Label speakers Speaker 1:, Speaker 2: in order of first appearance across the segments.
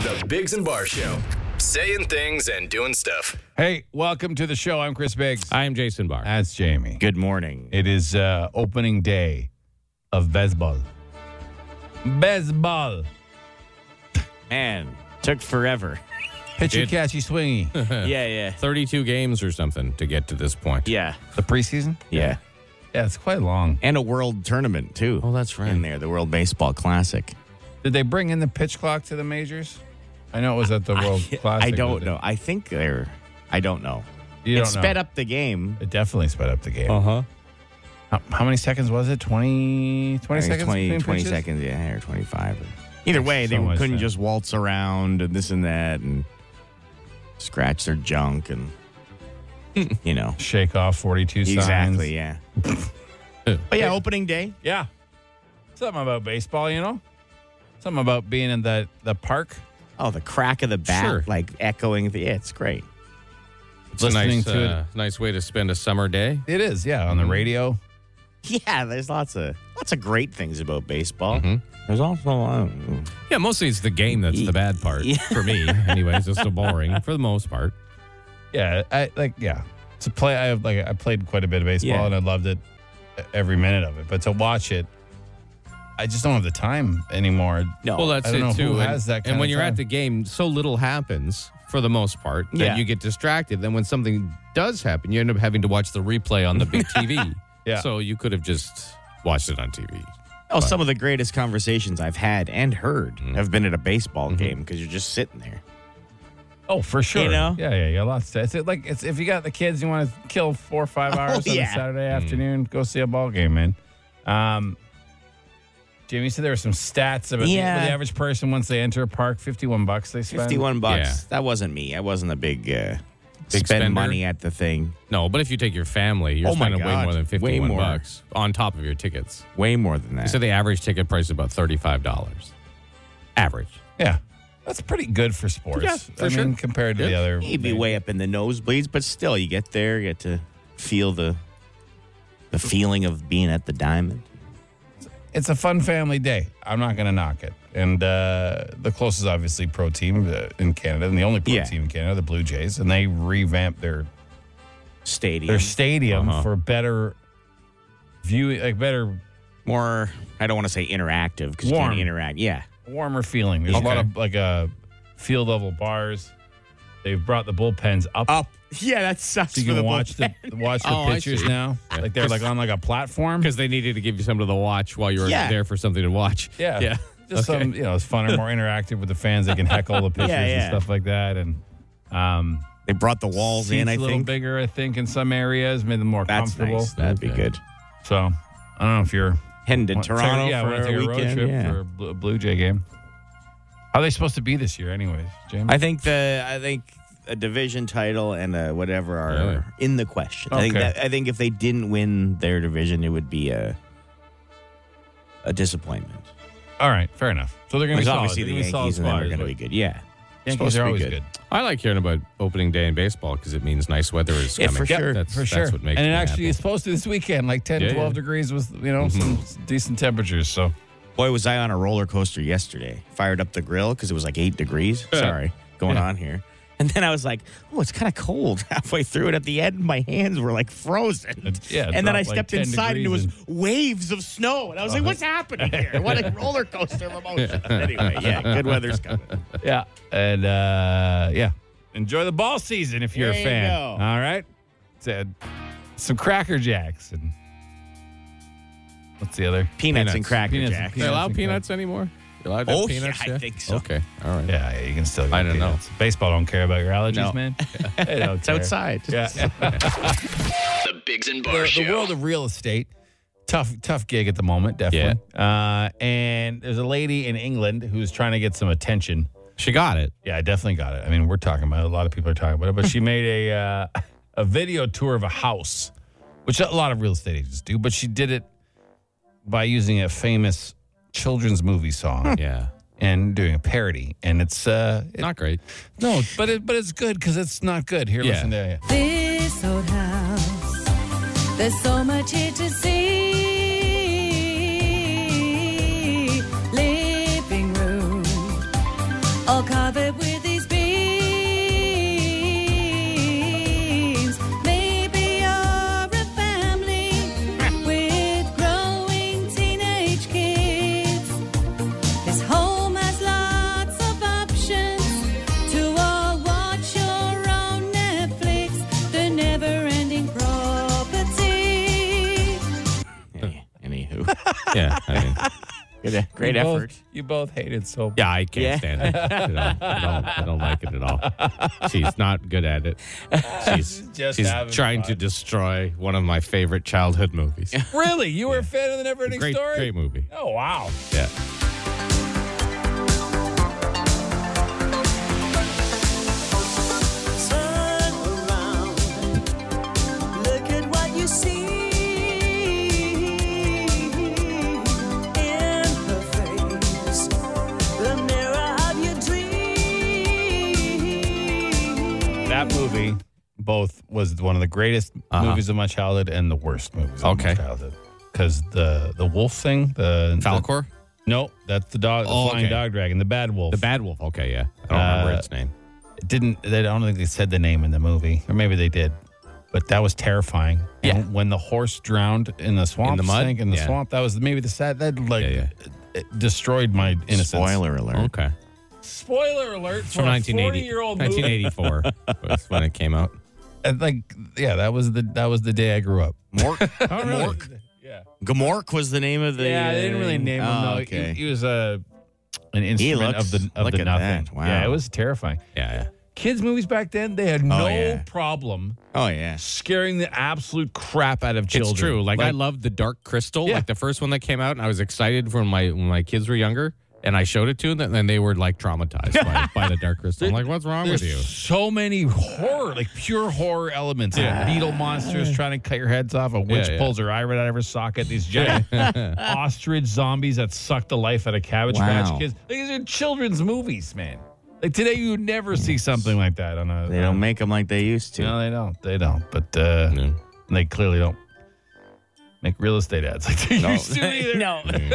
Speaker 1: The Biggs and Bar Show. Saying things and doing stuff.
Speaker 2: Hey, welcome to the show. I'm Chris Biggs.
Speaker 3: I am Jason Barr.
Speaker 2: That's Jamie.
Speaker 3: Good morning.
Speaker 2: It is uh, opening day of baseball. Baseball.
Speaker 3: Man, took forever.
Speaker 2: Pitchy,
Speaker 3: It-
Speaker 2: catchy, swingy.
Speaker 3: yeah, yeah.
Speaker 4: 32 games or something to get to this point.
Speaker 3: Yeah.
Speaker 2: the preseason?
Speaker 3: Yeah.
Speaker 2: Yeah, it's quite long.
Speaker 3: And a world tournament, too.
Speaker 4: Oh, that's right.
Speaker 3: In there, the World Baseball Classic.
Speaker 2: Did they bring in the pitch clock to the majors? I know it was at the World Classic.
Speaker 3: I
Speaker 2: but
Speaker 3: don't
Speaker 2: they-
Speaker 3: know. I think they're, I don't know.
Speaker 2: You
Speaker 3: it
Speaker 2: don't know.
Speaker 3: sped up Uh-huh. the game.
Speaker 2: It definitely sped up the game.
Speaker 4: huh.
Speaker 2: How, how many seconds was it? 20, 20
Speaker 3: I think
Speaker 2: seconds?
Speaker 3: it's 20,
Speaker 2: between
Speaker 3: 20
Speaker 2: pitches?
Speaker 3: seconds, yeah, or 25. Either way, they
Speaker 2: So much
Speaker 3: couldn't
Speaker 2: time.
Speaker 3: just waltz around and this and that and scratch their junk and, you know.
Speaker 2: Shake off 42 signs.
Speaker 3: Exactly, yeah. but yeah, opening day.
Speaker 2: Yeah. Something about baseball, you know? Something about being in the, the park,
Speaker 3: Oh, the crack of the bat,
Speaker 4: Sure.
Speaker 3: like echoing the. Yeah, it's great.
Speaker 4: It's
Speaker 2: listening
Speaker 4: a nice,
Speaker 2: to it.
Speaker 4: uh, Mhm. nice way to spend a summer day.
Speaker 2: It is, yeah, on the radio.
Speaker 3: Yeah, there's lots of lots of great things about baseball. There's also
Speaker 2: uh,
Speaker 3: um,
Speaker 4: Yeah, mostly it's the game that's the bad part for me. Anyways, it's so boring for the most part.
Speaker 2: Yeah, I like yeah. To play, I have like I played quite a bit of baseball
Speaker 3: Yeah.
Speaker 2: and I loved it uh, every minute of it. But to watch it, I just don't have the time anymore.
Speaker 3: no.
Speaker 4: Well, that's
Speaker 2: I don't
Speaker 4: it
Speaker 2: know
Speaker 4: too.
Speaker 2: who
Speaker 4: and,
Speaker 2: has that
Speaker 4: and
Speaker 2: kind
Speaker 4: when
Speaker 2: of
Speaker 4: you're
Speaker 2: time.
Speaker 4: at the game, so little happens for the most part that
Speaker 3: Yeah.
Speaker 4: you get distracted. Then when something does happen, you end up having to watch the replay on the big TV.
Speaker 2: Yeah.
Speaker 4: So you could have just watched it on TV.
Speaker 3: oh, some of the greatest conversations I've had and heard have been at a baseball game because you're just sitting there.
Speaker 2: Oh, for sure.
Speaker 3: know?
Speaker 2: Yeah, yeah, yeah. Lots. To, it's like it's if you got the kids, you want to kill four or five hours on
Speaker 3: Oh, yeah.
Speaker 2: a Saturday afternoon, go see a ball game, man. Um, Jimmy said there were some stats about
Speaker 3: Yeah.
Speaker 2: the, the average person once they enter a park, fifty-one bucks they spend.
Speaker 3: Fifty-one bucks.
Speaker 4: Yeah.
Speaker 3: That wasn't me. I wasn't a big, uh,
Speaker 4: Big
Speaker 3: spend
Speaker 4: spender?
Speaker 3: money at the thing.
Speaker 4: No, but if you take your family, you're
Speaker 3: Oh my
Speaker 4: spending way
Speaker 3: God.
Speaker 4: more than
Speaker 3: Way
Speaker 4: 51
Speaker 3: more.
Speaker 4: bucks on top of your tickets.
Speaker 3: Way more than that.
Speaker 4: So the average ticket price is about thirty-five dollars, average.
Speaker 2: Yeah, that's pretty good for sports.
Speaker 4: Yeah, for
Speaker 2: I
Speaker 4: sure.
Speaker 2: mean, compared to the
Speaker 4: Yeah.
Speaker 2: other.
Speaker 3: You'd be way up in the nosebleeds, but still, you get there, you get to feel the the feeling of being at the diamond.
Speaker 2: it's a fun family day. I'm not going to knock it. And uh, the closest, obviously, pro team uh, in Canada, and the only pro
Speaker 3: Yeah.
Speaker 2: team in Canada, the Blue Jays, and they revamped their
Speaker 3: Stadium.
Speaker 2: their stadium
Speaker 3: Uh-huh.
Speaker 2: for better view, like better
Speaker 3: more I don't want to say interactive because you
Speaker 2: Warm.
Speaker 3: can't interact. Yeah.
Speaker 2: warmer feeling. There's a lot of like uh, field level bars. They've brought the bullpens up.
Speaker 3: Yeah, that sucks
Speaker 2: So you can watch the watch the
Speaker 4: Oh, I
Speaker 2: pictures
Speaker 4: see.
Speaker 2: now. Like they're like on like a platform.
Speaker 4: Because they needed to give you something to watch while you were
Speaker 3: Yeah.
Speaker 4: there for something to watch.
Speaker 2: Yeah.
Speaker 4: yeah.
Speaker 2: Just
Speaker 4: Okay.
Speaker 2: some, you know, it's funner, more interactive with the fans. They can heckle the pictures and
Speaker 3: yeah.
Speaker 2: stuff like that. And um,
Speaker 3: They brought the walls
Speaker 2: seats
Speaker 3: in, I
Speaker 2: a little
Speaker 3: think.
Speaker 2: bigger, I think, in some areas, made them more
Speaker 3: That's
Speaker 2: comfortable.
Speaker 3: nice. That'd be
Speaker 4: Okay.
Speaker 3: good.
Speaker 2: So I don't know if you're
Speaker 3: Heading to
Speaker 2: want-
Speaker 3: Toronto
Speaker 2: yeah,
Speaker 3: for
Speaker 2: wanna take
Speaker 3: a
Speaker 2: road
Speaker 3: weekend.
Speaker 2: trip
Speaker 3: yeah.
Speaker 2: for a Blue, Blue Jay game. How are they supposed to be this year, anyways, James?
Speaker 3: I think the I think a division title and uh whatever are
Speaker 4: Really?
Speaker 3: in the question. I think
Speaker 2: Okay.
Speaker 3: that, I think if they didn't win their division, it would be a a disappointment.
Speaker 2: All right, fair enough. So they're going to
Speaker 3: Because
Speaker 2: be
Speaker 3: obviously the
Speaker 2: solid. They're gonna be
Speaker 3: Yankees and them
Speaker 2: solid
Speaker 3: are going to be
Speaker 2: squad.
Speaker 3: good. Yeah.
Speaker 2: Yankees
Speaker 3: supposed to
Speaker 2: are
Speaker 3: be
Speaker 2: always
Speaker 3: good.
Speaker 2: good.
Speaker 4: I like hearing about opening day in baseball because it means nice weather is
Speaker 3: Yeah,
Speaker 4: coming.
Speaker 3: for sure.
Speaker 4: That's,
Speaker 2: for
Speaker 4: that's
Speaker 2: sure.
Speaker 4: what makes
Speaker 2: and it
Speaker 4: me
Speaker 2: actually
Speaker 4: happy.
Speaker 2: is supposed to this weekend, like 10,
Speaker 4: Yeah,
Speaker 2: 12
Speaker 4: yeah.
Speaker 2: degrees with, you know,
Speaker 3: Mm-hmm.
Speaker 2: some decent temperatures. So
Speaker 3: Boy, was I on a roller coaster yesterday. Fired up the grill because it was like eight degrees. Sorry, going on here. And then I was like, oh, it's kind of cold halfway through it. At the end, my hands were like frozen.
Speaker 2: It- yeah, it
Speaker 3: and then I
Speaker 2: dropped, like, 10
Speaker 3: stepped inside and it was
Speaker 2: degrees Uh-huh.
Speaker 3: waves of snow. And I was like, what's happening here? What a roller coaster of emotions. anyway, yeah, good weather's coming.
Speaker 2: Yeah. And uh yeah. Enjoy the ball season if you're
Speaker 3: There
Speaker 2: a
Speaker 3: you
Speaker 2: fan.
Speaker 3: go.
Speaker 2: All right. Said some Cracker Jacks and what's the other?
Speaker 3: Peanuts, and
Speaker 4: Peanuts.
Speaker 3: Cracker
Speaker 2: Peanuts and
Speaker 3: Jacks.
Speaker 4: They allow
Speaker 2: Peanuts and
Speaker 4: peanuts anymore? You allowed to
Speaker 3: Oh,
Speaker 4: have peanuts?
Speaker 3: yeah, I think so.
Speaker 4: Okay. All right.
Speaker 2: Yeah, yeah, you can still. Get
Speaker 4: I don't know.
Speaker 2: peanuts. Baseball don't care about your allergies,
Speaker 3: No.
Speaker 2: man. They don't
Speaker 3: It's
Speaker 2: care.
Speaker 3: outside.
Speaker 2: Yeah.
Speaker 1: The Biggs and
Speaker 2: the,
Speaker 1: Bar
Speaker 2: the
Speaker 1: Show.
Speaker 2: world of real estate. Tough, tough gig at the moment, definitely. Uh, and there's a lady in England who's trying to get some attention.
Speaker 4: She got it.
Speaker 2: Yeah, I definitely got it. I mean, we're talking about it. A lot of people are talking about it, but she made a uh, a video tour of a house, which a lot of real estate agents do. But she did it by using a famous children's movie song
Speaker 4: Yeah.
Speaker 2: and doing a parody. And it's uh, it-
Speaker 4: Not great.
Speaker 2: no, but it but it's good because it's not good. Here,
Speaker 4: Yeah.
Speaker 2: listen to it.
Speaker 5: This old house, there's so much here to see. Living room, all covered with these beams. Maybe you're a family with growing teenage kids. This home has lots of options to all watch your own Netflix, the never ending property.
Speaker 3: Any, anywho,
Speaker 4: Yeah. I mean,
Speaker 3: Good- uh, great
Speaker 2: You both-
Speaker 3: effort.
Speaker 2: you both hated so
Speaker 4: yeah, I can't
Speaker 3: Yeah.
Speaker 4: stand it. I don't, I, don't, I don't like it at all. She's not good at it. She's,
Speaker 2: Just
Speaker 4: she's
Speaker 2: having
Speaker 4: trying
Speaker 2: fun.
Speaker 4: to destroy one of my favorite childhood movies.
Speaker 2: Really? You were a fan of the Never Ending
Speaker 4: great,
Speaker 2: Story?
Speaker 4: great movie.
Speaker 2: Oh, wow.
Speaker 4: Yeah.
Speaker 6: Turn around. Look at what you see in her face. The mirror of your dreams.
Speaker 2: That movie, both, was one of the greatest movies of my childhood and the worst movies of
Speaker 4: Uh-huh. Okay.
Speaker 2: my childhood. Because the, the wolf thing, the the-
Speaker 4: Falcor?
Speaker 2: no, that's the dog, the
Speaker 4: Oh,
Speaker 2: flying
Speaker 4: okay.
Speaker 2: dog dragon, the bad wolf.
Speaker 4: The Bad Wolf. Okay, yeah. I don't remember its name.
Speaker 2: It didn't they, I don't think they said the name in the movie, or maybe they did, but that was terrifying.
Speaker 4: Yeah.
Speaker 2: And when the horse drowned in the swamp,
Speaker 4: the mud?
Speaker 2: sank in the
Speaker 4: Yeah.
Speaker 2: swamp, that was maybe the sad that like
Speaker 4: Yeah, yeah.
Speaker 2: It destroyed my innocence.
Speaker 3: Spoiler alert.
Speaker 4: Okay.
Speaker 2: Spoiler alert
Speaker 4: It's from 1980. 1984 was when it came out.
Speaker 2: And, like yeah, that was the that was the day I grew up.
Speaker 3: Mork. Mork.
Speaker 2: Mork? Yeah.
Speaker 3: Gamork was the name of the.
Speaker 2: Oh, Yeah, they didn't really name him
Speaker 3: Oh,
Speaker 2: though.
Speaker 3: Okay.
Speaker 2: He, he was a an instrument of
Speaker 3: looks-
Speaker 2: the of
Speaker 3: look
Speaker 2: the
Speaker 3: at
Speaker 2: nothing.
Speaker 3: that. Wow.
Speaker 2: Yeah, it was terrifying.
Speaker 4: Yeah, yeah.
Speaker 2: Kids movies back then, they had no
Speaker 3: yeah.
Speaker 2: problem
Speaker 3: oh yeah.
Speaker 2: scaring the absolute crap out of children.
Speaker 4: It's true. Like, I loved the Dark Crystal,
Speaker 2: Yeah.
Speaker 4: like the first one that came out, and I was excited when my when my kids were younger, and I showed it to them, and they were like traumatized by, by the Dark Crystal. I'm like, what's wrong with
Speaker 2: There's
Speaker 4: you?
Speaker 2: so many horror, like pure horror elements. Like beetle monsters trying to cut your heads off. A witch
Speaker 4: yeah.
Speaker 2: pulls her eyelid out of her socket. These giant ostrich zombies that suck the life out of Cabbage
Speaker 3: Wow.
Speaker 2: Patch Kids. Like, these are children's movies, man. Like today, you would never see something like that on a.
Speaker 3: They don't make them like they used to.
Speaker 2: No, they don't. They don't. But uh,
Speaker 4: No.
Speaker 2: they clearly don't make real estate ads like they
Speaker 3: No.
Speaker 2: used to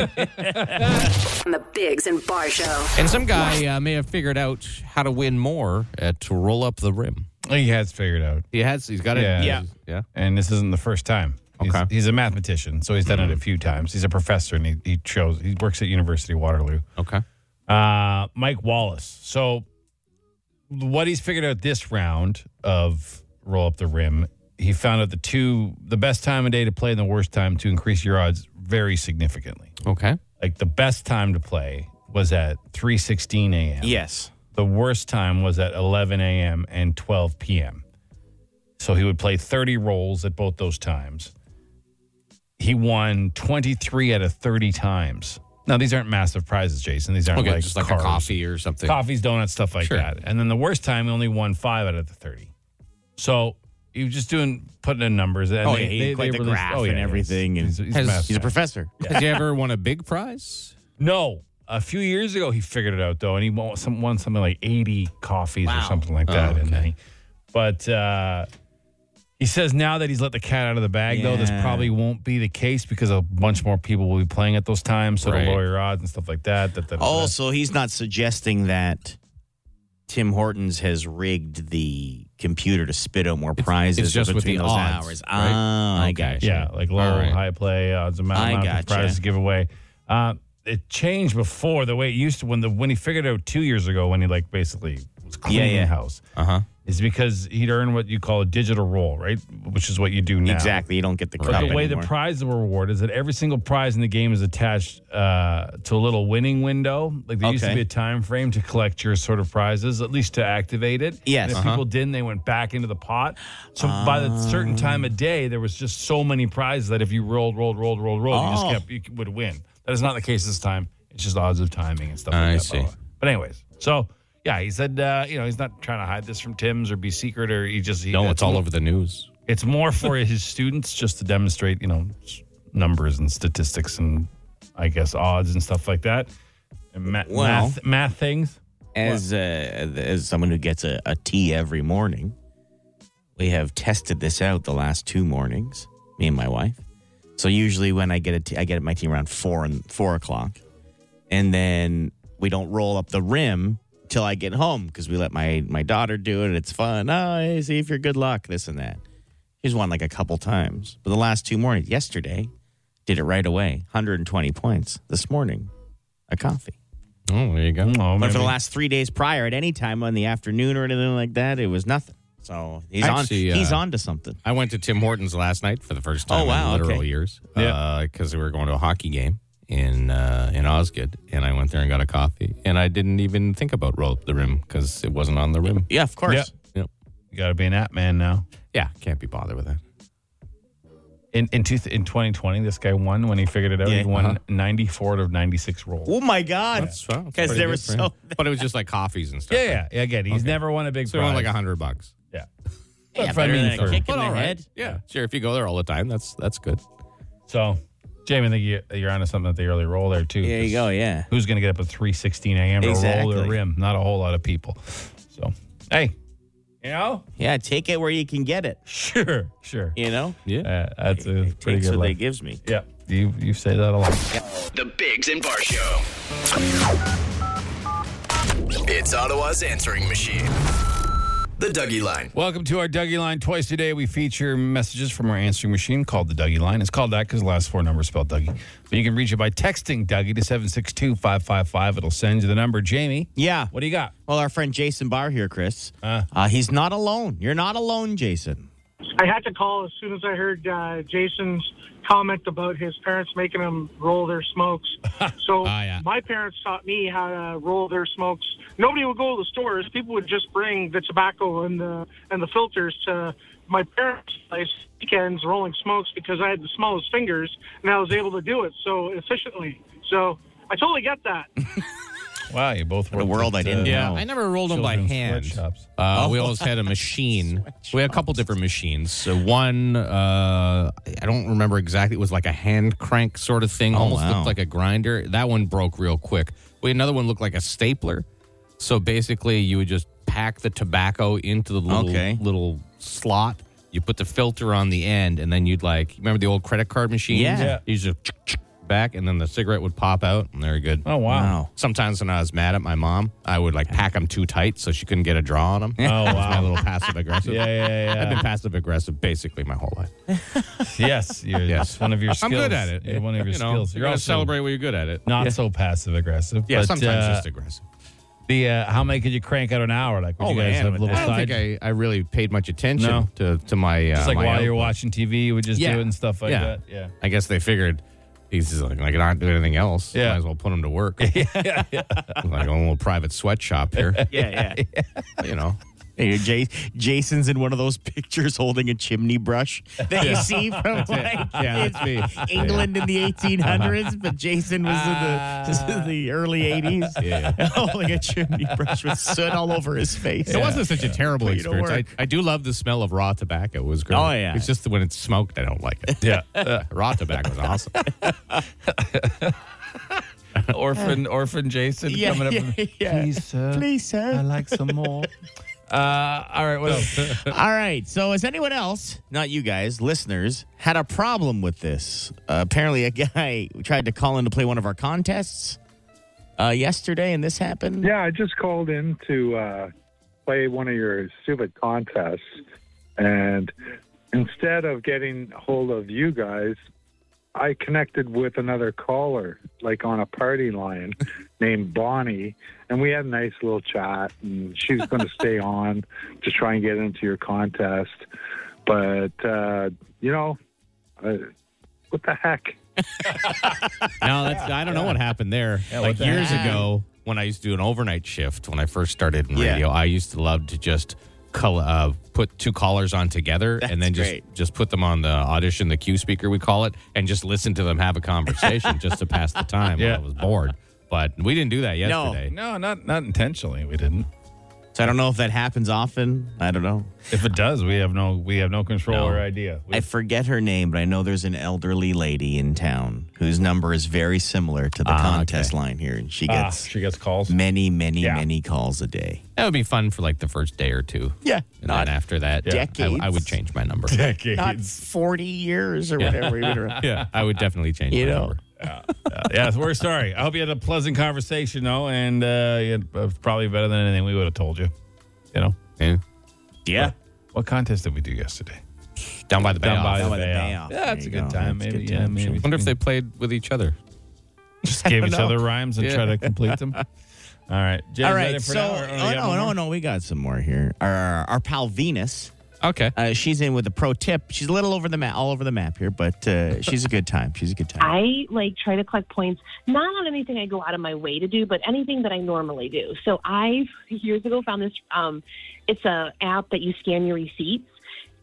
Speaker 2: either.
Speaker 3: no.
Speaker 7: On the Bigs and Bar Show.
Speaker 4: And some guy uh, may have figured out how to win more uh, to roll up the rim.
Speaker 2: He has figured out.
Speaker 4: He has. He's got it.
Speaker 2: Yeah.
Speaker 4: Yeah.
Speaker 2: Yeah. and this isn't the first time. He's,
Speaker 4: Okay.
Speaker 2: he's a mathematician, so he's done it a few times. He's a professor, and he, he chose he works at University of Waterloo.
Speaker 4: Okay.
Speaker 2: Uh, Mike Wallace. So what he's figured out this round of roll up the rim, he found out the two the best time of day to play and the worst time to increase your odds very significantly.
Speaker 4: Okay.
Speaker 2: Like the best time to play was at three sixteen a.m.
Speaker 3: Yes.
Speaker 2: The worst time was at 11 a.m. and 12 p.m. So he would play 30 rolls at both those times. He won 23 out of 30 times. Now, these aren't massive prizes, Jason. These aren't
Speaker 4: Okay.
Speaker 2: like,
Speaker 4: just like
Speaker 2: cars.
Speaker 4: a coffee or something.
Speaker 2: Coffees, donuts, stuff like
Speaker 4: Sure.
Speaker 2: that. And then the worst time, he only won five out of the 30. So he was just doing, putting in numbers. And
Speaker 3: Oh,
Speaker 2: they-
Speaker 3: yeah, he
Speaker 2: they-
Speaker 3: quite
Speaker 2: they
Speaker 3: the
Speaker 2: released-
Speaker 3: graph
Speaker 2: oh, yeah,
Speaker 3: and
Speaker 2: yeah,
Speaker 3: everything, and
Speaker 2: He's, he's,
Speaker 4: has-
Speaker 2: a master.
Speaker 3: He's a professor.
Speaker 4: Has he ever won a big prize?
Speaker 2: No. A few years ago, he figured it out though, and he won, some, won something like eighty coffees or something
Speaker 3: Oh,
Speaker 2: like that. And he, but uh, he says now that he's let the cat out of the bag, though, this
Speaker 3: Yeah.
Speaker 2: probably won't be the case because a bunch more people will be playing at those times, so
Speaker 4: Right.
Speaker 2: the lawyer odds and stuff like that. That that-
Speaker 3: Oh, so he's not suggesting that Tim Hortons has rigged the computer to spit out more prizes
Speaker 4: it's just with
Speaker 3: between
Speaker 4: the
Speaker 3: those
Speaker 4: odds,
Speaker 3: hours.
Speaker 4: right?
Speaker 3: Oh, I
Speaker 4: Okay.
Speaker 3: got you.
Speaker 2: yeah, like low,
Speaker 4: All right.
Speaker 2: high play odds, amount,
Speaker 3: I
Speaker 2: amount
Speaker 3: gotcha.
Speaker 2: of prizes giveaway. Uh, it changed before the way it used to when the when he figured it out two years ago when he like basically was cleaning
Speaker 3: yeah.
Speaker 2: house.
Speaker 4: Uh huh.
Speaker 2: is because he'd earn what you call a digital roll, right? Which is what you do now.
Speaker 3: Exactly. You don't get the cup
Speaker 2: But the way
Speaker 3: anymore.
Speaker 2: the prize were awarded is that every single prize in the game is attached uh, to a little winning window. Like there used to
Speaker 3: Okay.
Speaker 2: be a time frame to collect your sort of prizes, at least to activate it.
Speaker 3: Yes.
Speaker 2: And
Speaker 4: Uh-huh.
Speaker 2: if people didn't, they went back into the pot. So by the certain
Speaker 4: Ah.
Speaker 2: time of day, there was just so many prizes that if you rolled, rolled, rolled, rolled, rolled, you
Speaker 3: Oh.
Speaker 2: just kept you would win. That is not the case this time. It's just odds of timing and stuff. like
Speaker 4: I
Speaker 2: that,
Speaker 4: see.
Speaker 2: blah, blah, blah. But anyways, so. Yeah, he said, uh, you know, he's not trying to hide this from Tim's or be secret or he just. He,
Speaker 4: No, Oh, it's all over the news.
Speaker 2: it's more for his students just to demonstrate, you know, s- numbers and statistics and I guess odds and stuff like that. And ma-
Speaker 3: Well-
Speaker 2: math, math things.
Speaker 3: as uh, as someone who gets a, a tea every morning, we have tested this out the last two mornings, me and my wife. So usually when I get a tea, I get my tea around four and four o'clock, and then we don't roll up the rim till I get home because we let my my daughter do it. It's fun. Oh, hey, see if you're good luck. This and that. She's won like a couple times, but the last two mornings, yesterday, did it right away. 120 points this morning. A coffee.
Speaker 4: Oh, there you go.
Speaker 2: Oh,
Speaker 3: But for
Speaker 2: maybe.
Speaker 3: the last three days prior, at any time on the afternoon or anything like that, it was nothing. So he's
Speaker 4: Actually,
Speaker 3: on.
Speaker 4: uh,
Speaker 3: he's on to something.
Speaker 4: I went to Tim Hortons last night for the first time
Speaker 3: Oh, wow,
Speaker 4: in literal
Speaker 3: okay.
Speaker 4: years.
Speaker 2: Yeah.
Speaker 4: Because we were going to a hockey game in uh, in Osgood, and I went there and got a coffee, and I didn't even think about roll up the rim because it wasn't on the rim.
Speaker 3: Yeah, of course.
Speaker 2: Yep.
Speaker 4: Yep.
Speaker 2: You got to be an app man now.
Speaker 4: Yeah, can't be bothered with that.
Speaker 2: In in, two, in 2020, this guy won when he figured it out.
Speaker 3: Yeah,
Speaker 2: he won
Speaker 4: uh-huh.
Speaker 2: 94 out of 96 rolls.
Speaker 3: Oh my God! Because there was so
Speaker 4: but it was just like coffees and stuff.
Speaker 2: Yeah, yeah, yeah. Again, he's never won a big
Speaker 4: So it
Speaker 2: prize.
Speaker 4: went like a hundred bucks.
Speaker 2: yeah.
Speaker 3: yeah,
Speaker 2: But I
Speaker 3: better
Speaker 2: mean,
Speaker 3: than a
Speaker 2: for-
Speaker 3: kick in
Speaker 4: But
Speaker 3: the
Speaker 4: all right.
Speaker 3: head.
Speaker 4: Yeah, sure. If you go there all the time, that's that's good.
Speaker 2: So, Jamie, I think you, you're onto something at the early roll there too.
Speaker 3: There you go. Yeah.
Speaker 2: Who's going to get up at 3:16 a.m. to roll
Speaker 3: Exactly.
Speaker 2: their rim? Not a whole lot of people. So, hey, you know,
Speaker 3: Yeah, take it where you can get it.
Speaker 2: sure, sure.
Speaker 3: You know,
Speaker 2: Uh, that's a pretty
Speaker 3: takes
Speaker 2: good.
Speaker 3: what they
Speaker 2: Life.
Speaker 3: gives me.
Speaker 2: Yeah, you you say that a lot.
Speaker 1: The Bigs and Bar Show. It's Ottawa's answering machine. The Dougie Line.
Speaker 2: Welcome to our Dougie Line. Twice a day, we feature messages from our answering machine called the Dougie Line. It's called that because the last four numbers spell Dougie. But you can reach it by texting Dougie to 762 555. It'll send you the number. Jamie,
Speaker 3: Yeah.
Speaker 2: what do you got?
Speaker 3: Well, our friend Jason Barr here, Chris. uh, he's not alone. You're not alone, Jason.
Speaker 8: I had to call as soon as I heard uh, Jason's comment about his parents making him roll their smokes. So
Speaker 3: Ah,
Speaker 2: yeah.
Speaker 8: my parents taught me how to roll their smokes. Nobody would go to the stores. People would just bring the tobacco and the and the filters to my parents' place weekends rolling smokes because I had the smallest fingers and I was able to do it so efficiently. So I totally get that.
Speaker 2: Wow, you both uh,
Speaker 3: What a world I didn't
Speaker 4: Yeah,
Speaker 3: know.
Speaker 4: I never rolled them by
Speaker 2: Children's
Speaker 4: hand.
Speaker 2: sweatshops.
Speaker 4: Uh,
Speaker 3: Oh.
Speaker 4: We always had a machine. We had a couple different machines. So one, uh, I don't remember exactly. It was like a hand crank sort of thing. Almost
Speaker 3: Oh, wow.
Speaker 4: looked like a grinder. That one broke real quick. We had another one looked like a stapler. So basically, you would just pack the tobacco into the little
Speaker 3: Okay.
Speaker 4: little slot. You put the filter on the end, and then you'd like remember the old credit card machines.
Speaker 3: Yeah. Yeah.
Speaker 4: You just back, and then the cigarette would pop out, and there you good.
Speaker 2: Oh, wow.
Speaker 3: Wow.
Speaker 4: Sometimes when I was mad at my mom, I would like pack them too tight so she couldn't get a draw on them.
Speaker 2: Oh,
Speaker 4: my
Speaker 2: wow.
Speaker 4: little passive aggressive.
Speaker 2: yeah, yeah, yeah.
Speaker 4: I've been passive aggressive basically my whole life.
Speaker 2: Yes, you're,
Speaker 4: Yes.
Speaker 2: it's one of your skills.
Speaker 4: I'm good at it.
Speaker 2: You're one of your
Speaker 4: You know,
Speaker 2: skills.
Speaker 4: You're gonna
Speaker 2: also
Speaker 4: celebrate when you're good at it.
Speaker 2: Not so passive aggressive.
Speaker 4: yeah,
Speaker 2: but,
Speaker 4: sometimes
Speaker 2: uh,
Speaker 4: just aggressive.
Speaker 2: the uh, how many could you crank out an hour? Like, would you guys have little
Speaker 4: Oh, I don't
Speaker 2: side?
Speaker 4: think I, I really paid much attention
Speaker 2: No.
Speaker 4: to to my. Uh,
Speaker 2: just like
Speaker 4: my
Speaker 2: while
Speaker 4: output.
Speaker 2: you're watching TV, you would just
Speaker 4: Yeah.
Speaker 2: do it and stuff like
Speaker 4: Yeah.
Speaker 2: that. Yeah.
Speaker 4: I guess they figured he's just like, like not doing anything else.
Speaker 2: Yeah.
Speaker 4: Might as well put him to work. yeah, like a little private sweatshop here.
Speaker 3: Yeah, yeah.
Speaker 4: you know.
Speaker 3: Hey, J- Jason's in one of those pictures holding a chimney brush that you see from like
Speaker 4: Yeah, that's me.
Speaker 3: England in the 1800s, but Jason was in the, the early Oh, 80s, holding a chimney brush with soot all over his face.
Speaker 4: It wasn't such a terrible
Speaker 3: Put you to
Speaker 4: experience. I,
Speaker 3: work.
Speaker 4: I do love the smell of raw tobacco. It was great.
Speaker 3: Oh, yeah.
Speaker 4: It's just when it's smoked, I don't like it.
Speaker 2: Yeah.
Speaker 4: raw tobacco is awesome.
Speaker 2: orphan orphan Jason
Speaker 3: Yeah,
Speaker 2: coming up.
Speaker 3: yeah, yeah.
Speaker 2: Please, sir.
Speaker 3: Please, sir.
Speaker 2: I like some more. uh, all right, what else?
Speaker 3: All right. So, has anyone else, not you guys, listeners, had a problem with this? Uh, apparently, a guy tried to call in to play one of our contests uh, yesterday, and this happened.
Speaker 9: Yeah, I just called in to uh, play one of your stupid contests, and instead of getting hold of you guys, I connected with another caller, like on a party line, named Bonnie, and we had a nice little chat. And she was going to stay on to try and get into your contest, but uh, you know, uh, what the heck?
Speaker 4: No, that's I don't know what happened there. like years ago, when I used to do an overnight shift, when I first started in
Speaker 3: Yeah.
Speaker 4: radio, I used to love to just col- uh, put two callers on together and then just
Speaker 3: great.
Speaker 4: just put them on the audition, the cue speaker we call it, and just listen to them have a conversation just to pass the time
Speaker 2: Yeah.
Speaker 4: when I was bored. But we didn't do that
Speaker 3: No.
Speaker 4: yesterday.
Speaker 2: No, not not intentionally. We didn't.
Speaker 3: So, I don't know if that happens often. I don't know.
Speaker 2: If it does, we have no we have no control or idea. We-
Speaker 3: I forget her name, but I know there's an elderly lady in town whose number is very similar to the contest line here, and she
Speaker 2: Ah,
Speaker 3: gets
Speaker 2: she gets calls.
Speaker 3: many, many,
Speaker 2: Yeah.
Speaker 3: many calls a day.
Speaker 4: That would be fun for like the first day or two.
Speaker 3: Yeah,
Speaker 4: And then after that, I-
Speaker 3: Decades.
Speaker 4: I, would change my number.
Speaker 2: Decades.
Speaker 3: not forty years or whatever.
Speaker 4: yeah, I would definitely change
Speaker 3: You
Speaker 4: my
Speaker 3: know.
Speaker 4: number.
Speaker 2: yeah, we're sorry. I hope you had a pleasant conversation, though, and uh, you had, uh, probably better than anything we would have told you. You know,
Speaker 4: Yeah.
Speaker 3: Yeah.
Speaker 2: what contest did we do yesterday?
Speaker 4: Down by the bay.
Speaker 2: Down by
Speaker 3: Down
Speaker 2: the
Speaker 3: by the
Speaker 2: bay.
Speaker 3: bay
Speaker 2: Yeah,
Speaker 3: off.
Speaker 2: that's a
Speaker 3: There
Speaker 2: good
Speaker 3: you go.
Speaker 2: time.
Speaker 3: That's a
Speaker 2: Maybe,
Speaker 3: good
Speaker 2: yeah,
Speaker 3: time.
Speaker 2: maybe.
Speaker 3: Sure.
Speaker 4: wonder if they played with each other.
Speaker 2: just gave each
Speaker 3: know.
Speaker 2: other rhymes and
Speaker 4: Yeah.
Speaker 2: try to complete them. All right, Jay,
Speaker 3: All
Speaker 2: is that
Speaker 3: right.
Speaker 2: it for
Speaker 3: So,
Speaker 2: now, or- or you
Speaker 3: oh,
Speaker 2: got one
Speaker 3: no, no,
Speaker 2: more?
Speaker 3: no. We got some more here. Our, our, our pal Venus.
Speaker 4: Okay.
Speaker 3: Uh, she's in with a pro tip. She's a little over the map, all over the map here, but uh, she's a good time. She's a good time.
Speaker 10: I like try to collect points, not on anything I go out of my way to do, but anything that I normally do. So I years ago found this. Um, it's a app that you scan your receipts,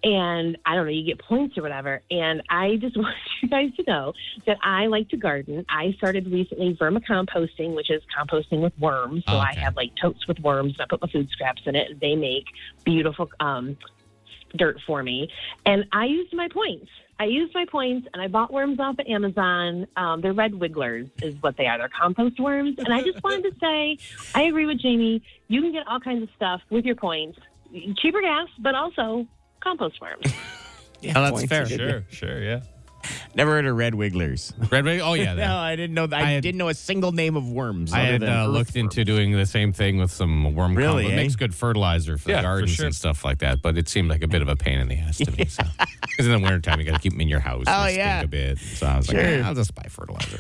Speaker 10: and I don't know, you get points or whatever. And I just want you guys to know that I like to garden. I started recently vermicomposting, which is composting with worms. So I
Speaker 4: Okay.
Speaker 10: have like totes with worms, and I put my food scraps in it, and they make beautiful um, dirt for me. And I used my points. I used my points and I bought worms off of Amazon. Um, they're red wigglers, is what they are. They're compost worms. And I just wanted to say, I agree with Jamie. You can get all kinds of stuff with your points. Cheaper gas, but also compost worms.
Speaker 3: Yeah,
Speaker 4: that's
Speaker 3: points.
Speaker 4: fair.
Speaker 2: Sure, sure, yeah.
Speaker 3: Never heard of red wigglers.
Speaker 4: Red Bay. Oh yeah.
Speaker 3: No, I didn't know. I,
Speaker 4: I had-
Speaker 3: didn't know a single name of worms.
Speaker 4: I
Speaker 3: other
Speaker 4: had
Speaker 3: than
Speaker 4: uh, looked
Speaker 3: earthworm.
Speaker 4: into doing the same thing with some worm.
Speaker 3: Really,
Speaker 4: combo. It
Speaker 3: eh?
Speaker 4: makes good fertilizer for
Speaker 2: Yeah, for
Speaker 4: the gardens
Speaker 2: sure.
Speaker 4: and stuff like that, but it seemed like a bit of a pain in the ass to me. So, because in the wintertime you got to keep them in your house.
Speaker 3: Oh,
Speaker 4: and they
Speaker 3: yeah.
Speaker 4: stink a bit. So I was like,
Speaker 3: Sure.
Speaker 4: "Eh, I'll just buy fertilizer.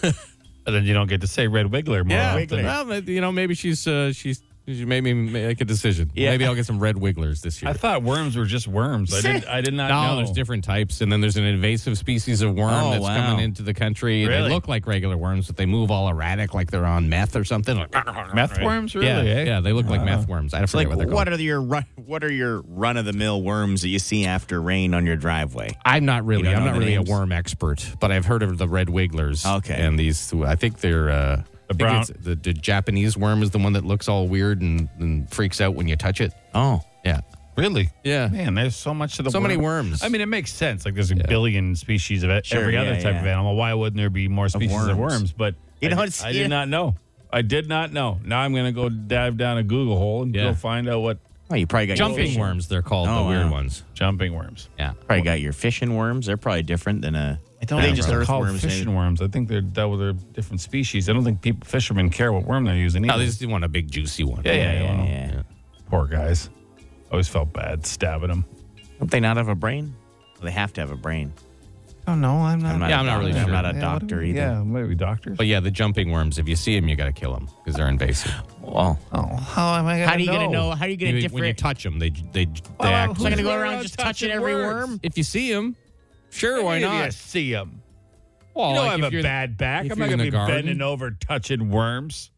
Speaker 2: But then you don't get to say Red Wiggler more
Speaker 4: Yeah,
Speaker 2: often.
Speaker 4: well, you know, maybe she's uh, she's she made me make a decision.
Speaker 3: Yeah.
Speaker 4: Maybe I'll get some red wigglers this year.
Speaker 2: I thought worms were just worms. I did, I did not
Speaker 4: No,
Speaker 2: know.
Speaker 4: there's different types, and then there's an invasive species of worm
Speaker 3: Oh,
Speaker 4: that's
Speaker 3: wow.
Speaker 4: coming into the country.
Speaker 2: Really?
Speaker 4: They look like regular worms, but they move all erratic, like they're on meth or something. Like,
Speaker 2: meth worms, really?
Speaker 4: yeah,
Speaker 2: eh?
Speaker 4: yeah, they look like meth worms. I
Speaker 3: It's
Speaker 4: forget
Speaker 3: like,
Speaker 4: what they're
Speaker 3: what,
Speaker 4: called.
Speaker 3: are your run, what are your run of the mill worms that you see after rain on your driveway?
Speaker 4: I'm not
Speaker 3: You
Speaker 4: really.
Speaker 3: don't
Speaker 4: I'm
Speaker 3: know
Speaker 4: not
Speaker 3: the
Speaker 4: really
Speaker 3: names?
Speaker 4: a worm expert, but I've heard of the red wigglers.
Speaker 3: Okay.
Speaker 4: and these, I think they're uh, I think
Speaker 2: brown-
Speaker 4: it's- The, the Japanese worm is the one that looks all weird and, and freaks out when you touch it.
Speaker 3: Oh,
Speaker 4: Yeah,
Speaker 2: Really?
Speaker 4: Yeah.
Speaker 2: Man, there's so much to the
Speaker 4: So many
Speaker 2: worm-
Speaker 4: worms.
Speaker 2: I mean, it makes sense. Like there's a billion species of e-
Speaker 3: Sure,
Speaker 2: every
Speaker 3: yeah,
Speaker 2: other type
Speaker 3: yeah.
Speaker 2: of animal. Why wouldn't there be more species of worms?
Speaker 3: worms.
Speaker 2: But
Speaker 3: You
Speaker 2: I,
Speaker 3: know,
Speaker 2: di-
Speaker 3: it's-
Speaker 2: I
Speaker 3: yeah.
Speaker 2: did not know. I did not know. Now I'm going to go dive down a Google hole and
Speaker 4: Yeah.
Speaker 2: go find out what
Speaker 3: oh, you probably got your
Speaker 4: jumping
Speaker 3: fishing-
Speaker 4: worms they're called.
Speaker 3: Oh,
Speaker 4: the weird
Speaker 3: wow.
Speaker 4: ones.
Speaker 2: jumping worms.
Speaker 4: Yeah.
Speaker 3: Probably got your fishing worms. They're probably different than a. I
Speaker 2: I don't think they're called fishing worms. I think they're that were different species. I don't think people fishermen care what worm they're using.
Speaker 4: No,
Speaker 2: either.
Speaker 4: they just want a big juicy one.
Speaker 2: yeah, yeah,
Speaker 3: Yeah,
Speaker 2: yeah,
Speaker 3: yeah.
Speaker 2: Poor guys. Always felt bad stabbing them.
Speaker 3: Don't they not have a brain? Well, they have to have a brain.
Speaker 2: Oh no, I'm not.
Speaker 3: a
Speaker 4: Yeah, I'm not really
Speaker 3: doctor.
Speaker 4: sure.
Speaker 3: Uh, I'm not a doctor either.
Speaker 2: Yeah, maybe doctors.
Speaker 4: But yeah, the jumping worms, if you see them, you got to kill them because they're invasive.
Speaker 3: Well,
Speaker 2: oh, how am I gonna
Speaker 3: how are you gonna know? How are you gonna
Speaker 4: You- when you
Speaker 3: differentiate?
Speaker 4: touch them, they they, they
Speaker 2: Well,
Speaker 4: act
Speaker 2: who's
Speaker 4: like
Speaker 3: Uh, gonna go
Speaker 2: running
Speaker 3: around just touching every
Speaker 2: worms?
Speaker 3: worm?
Speaker 4: If you see them, sure, why
Speaker 2: Maybe if you
Speaker 4: not?
Speaker 2: see them.
Speaker 4: Well,
Speaker 2: You know
Speaker 4: like,
Speaker 2: I
Speaker 4: if
Speaker 2: have a
Speaker 4: you're-
Speaker 2: bad back.
Speaker 4: if
Speaker 2: I'm not
Speaker 4: you're in
Speaker 2: gonna
Speaker 4: the
Speaker 2: be
Speaker 4: garden.
Speaker 2: bending over touching worms.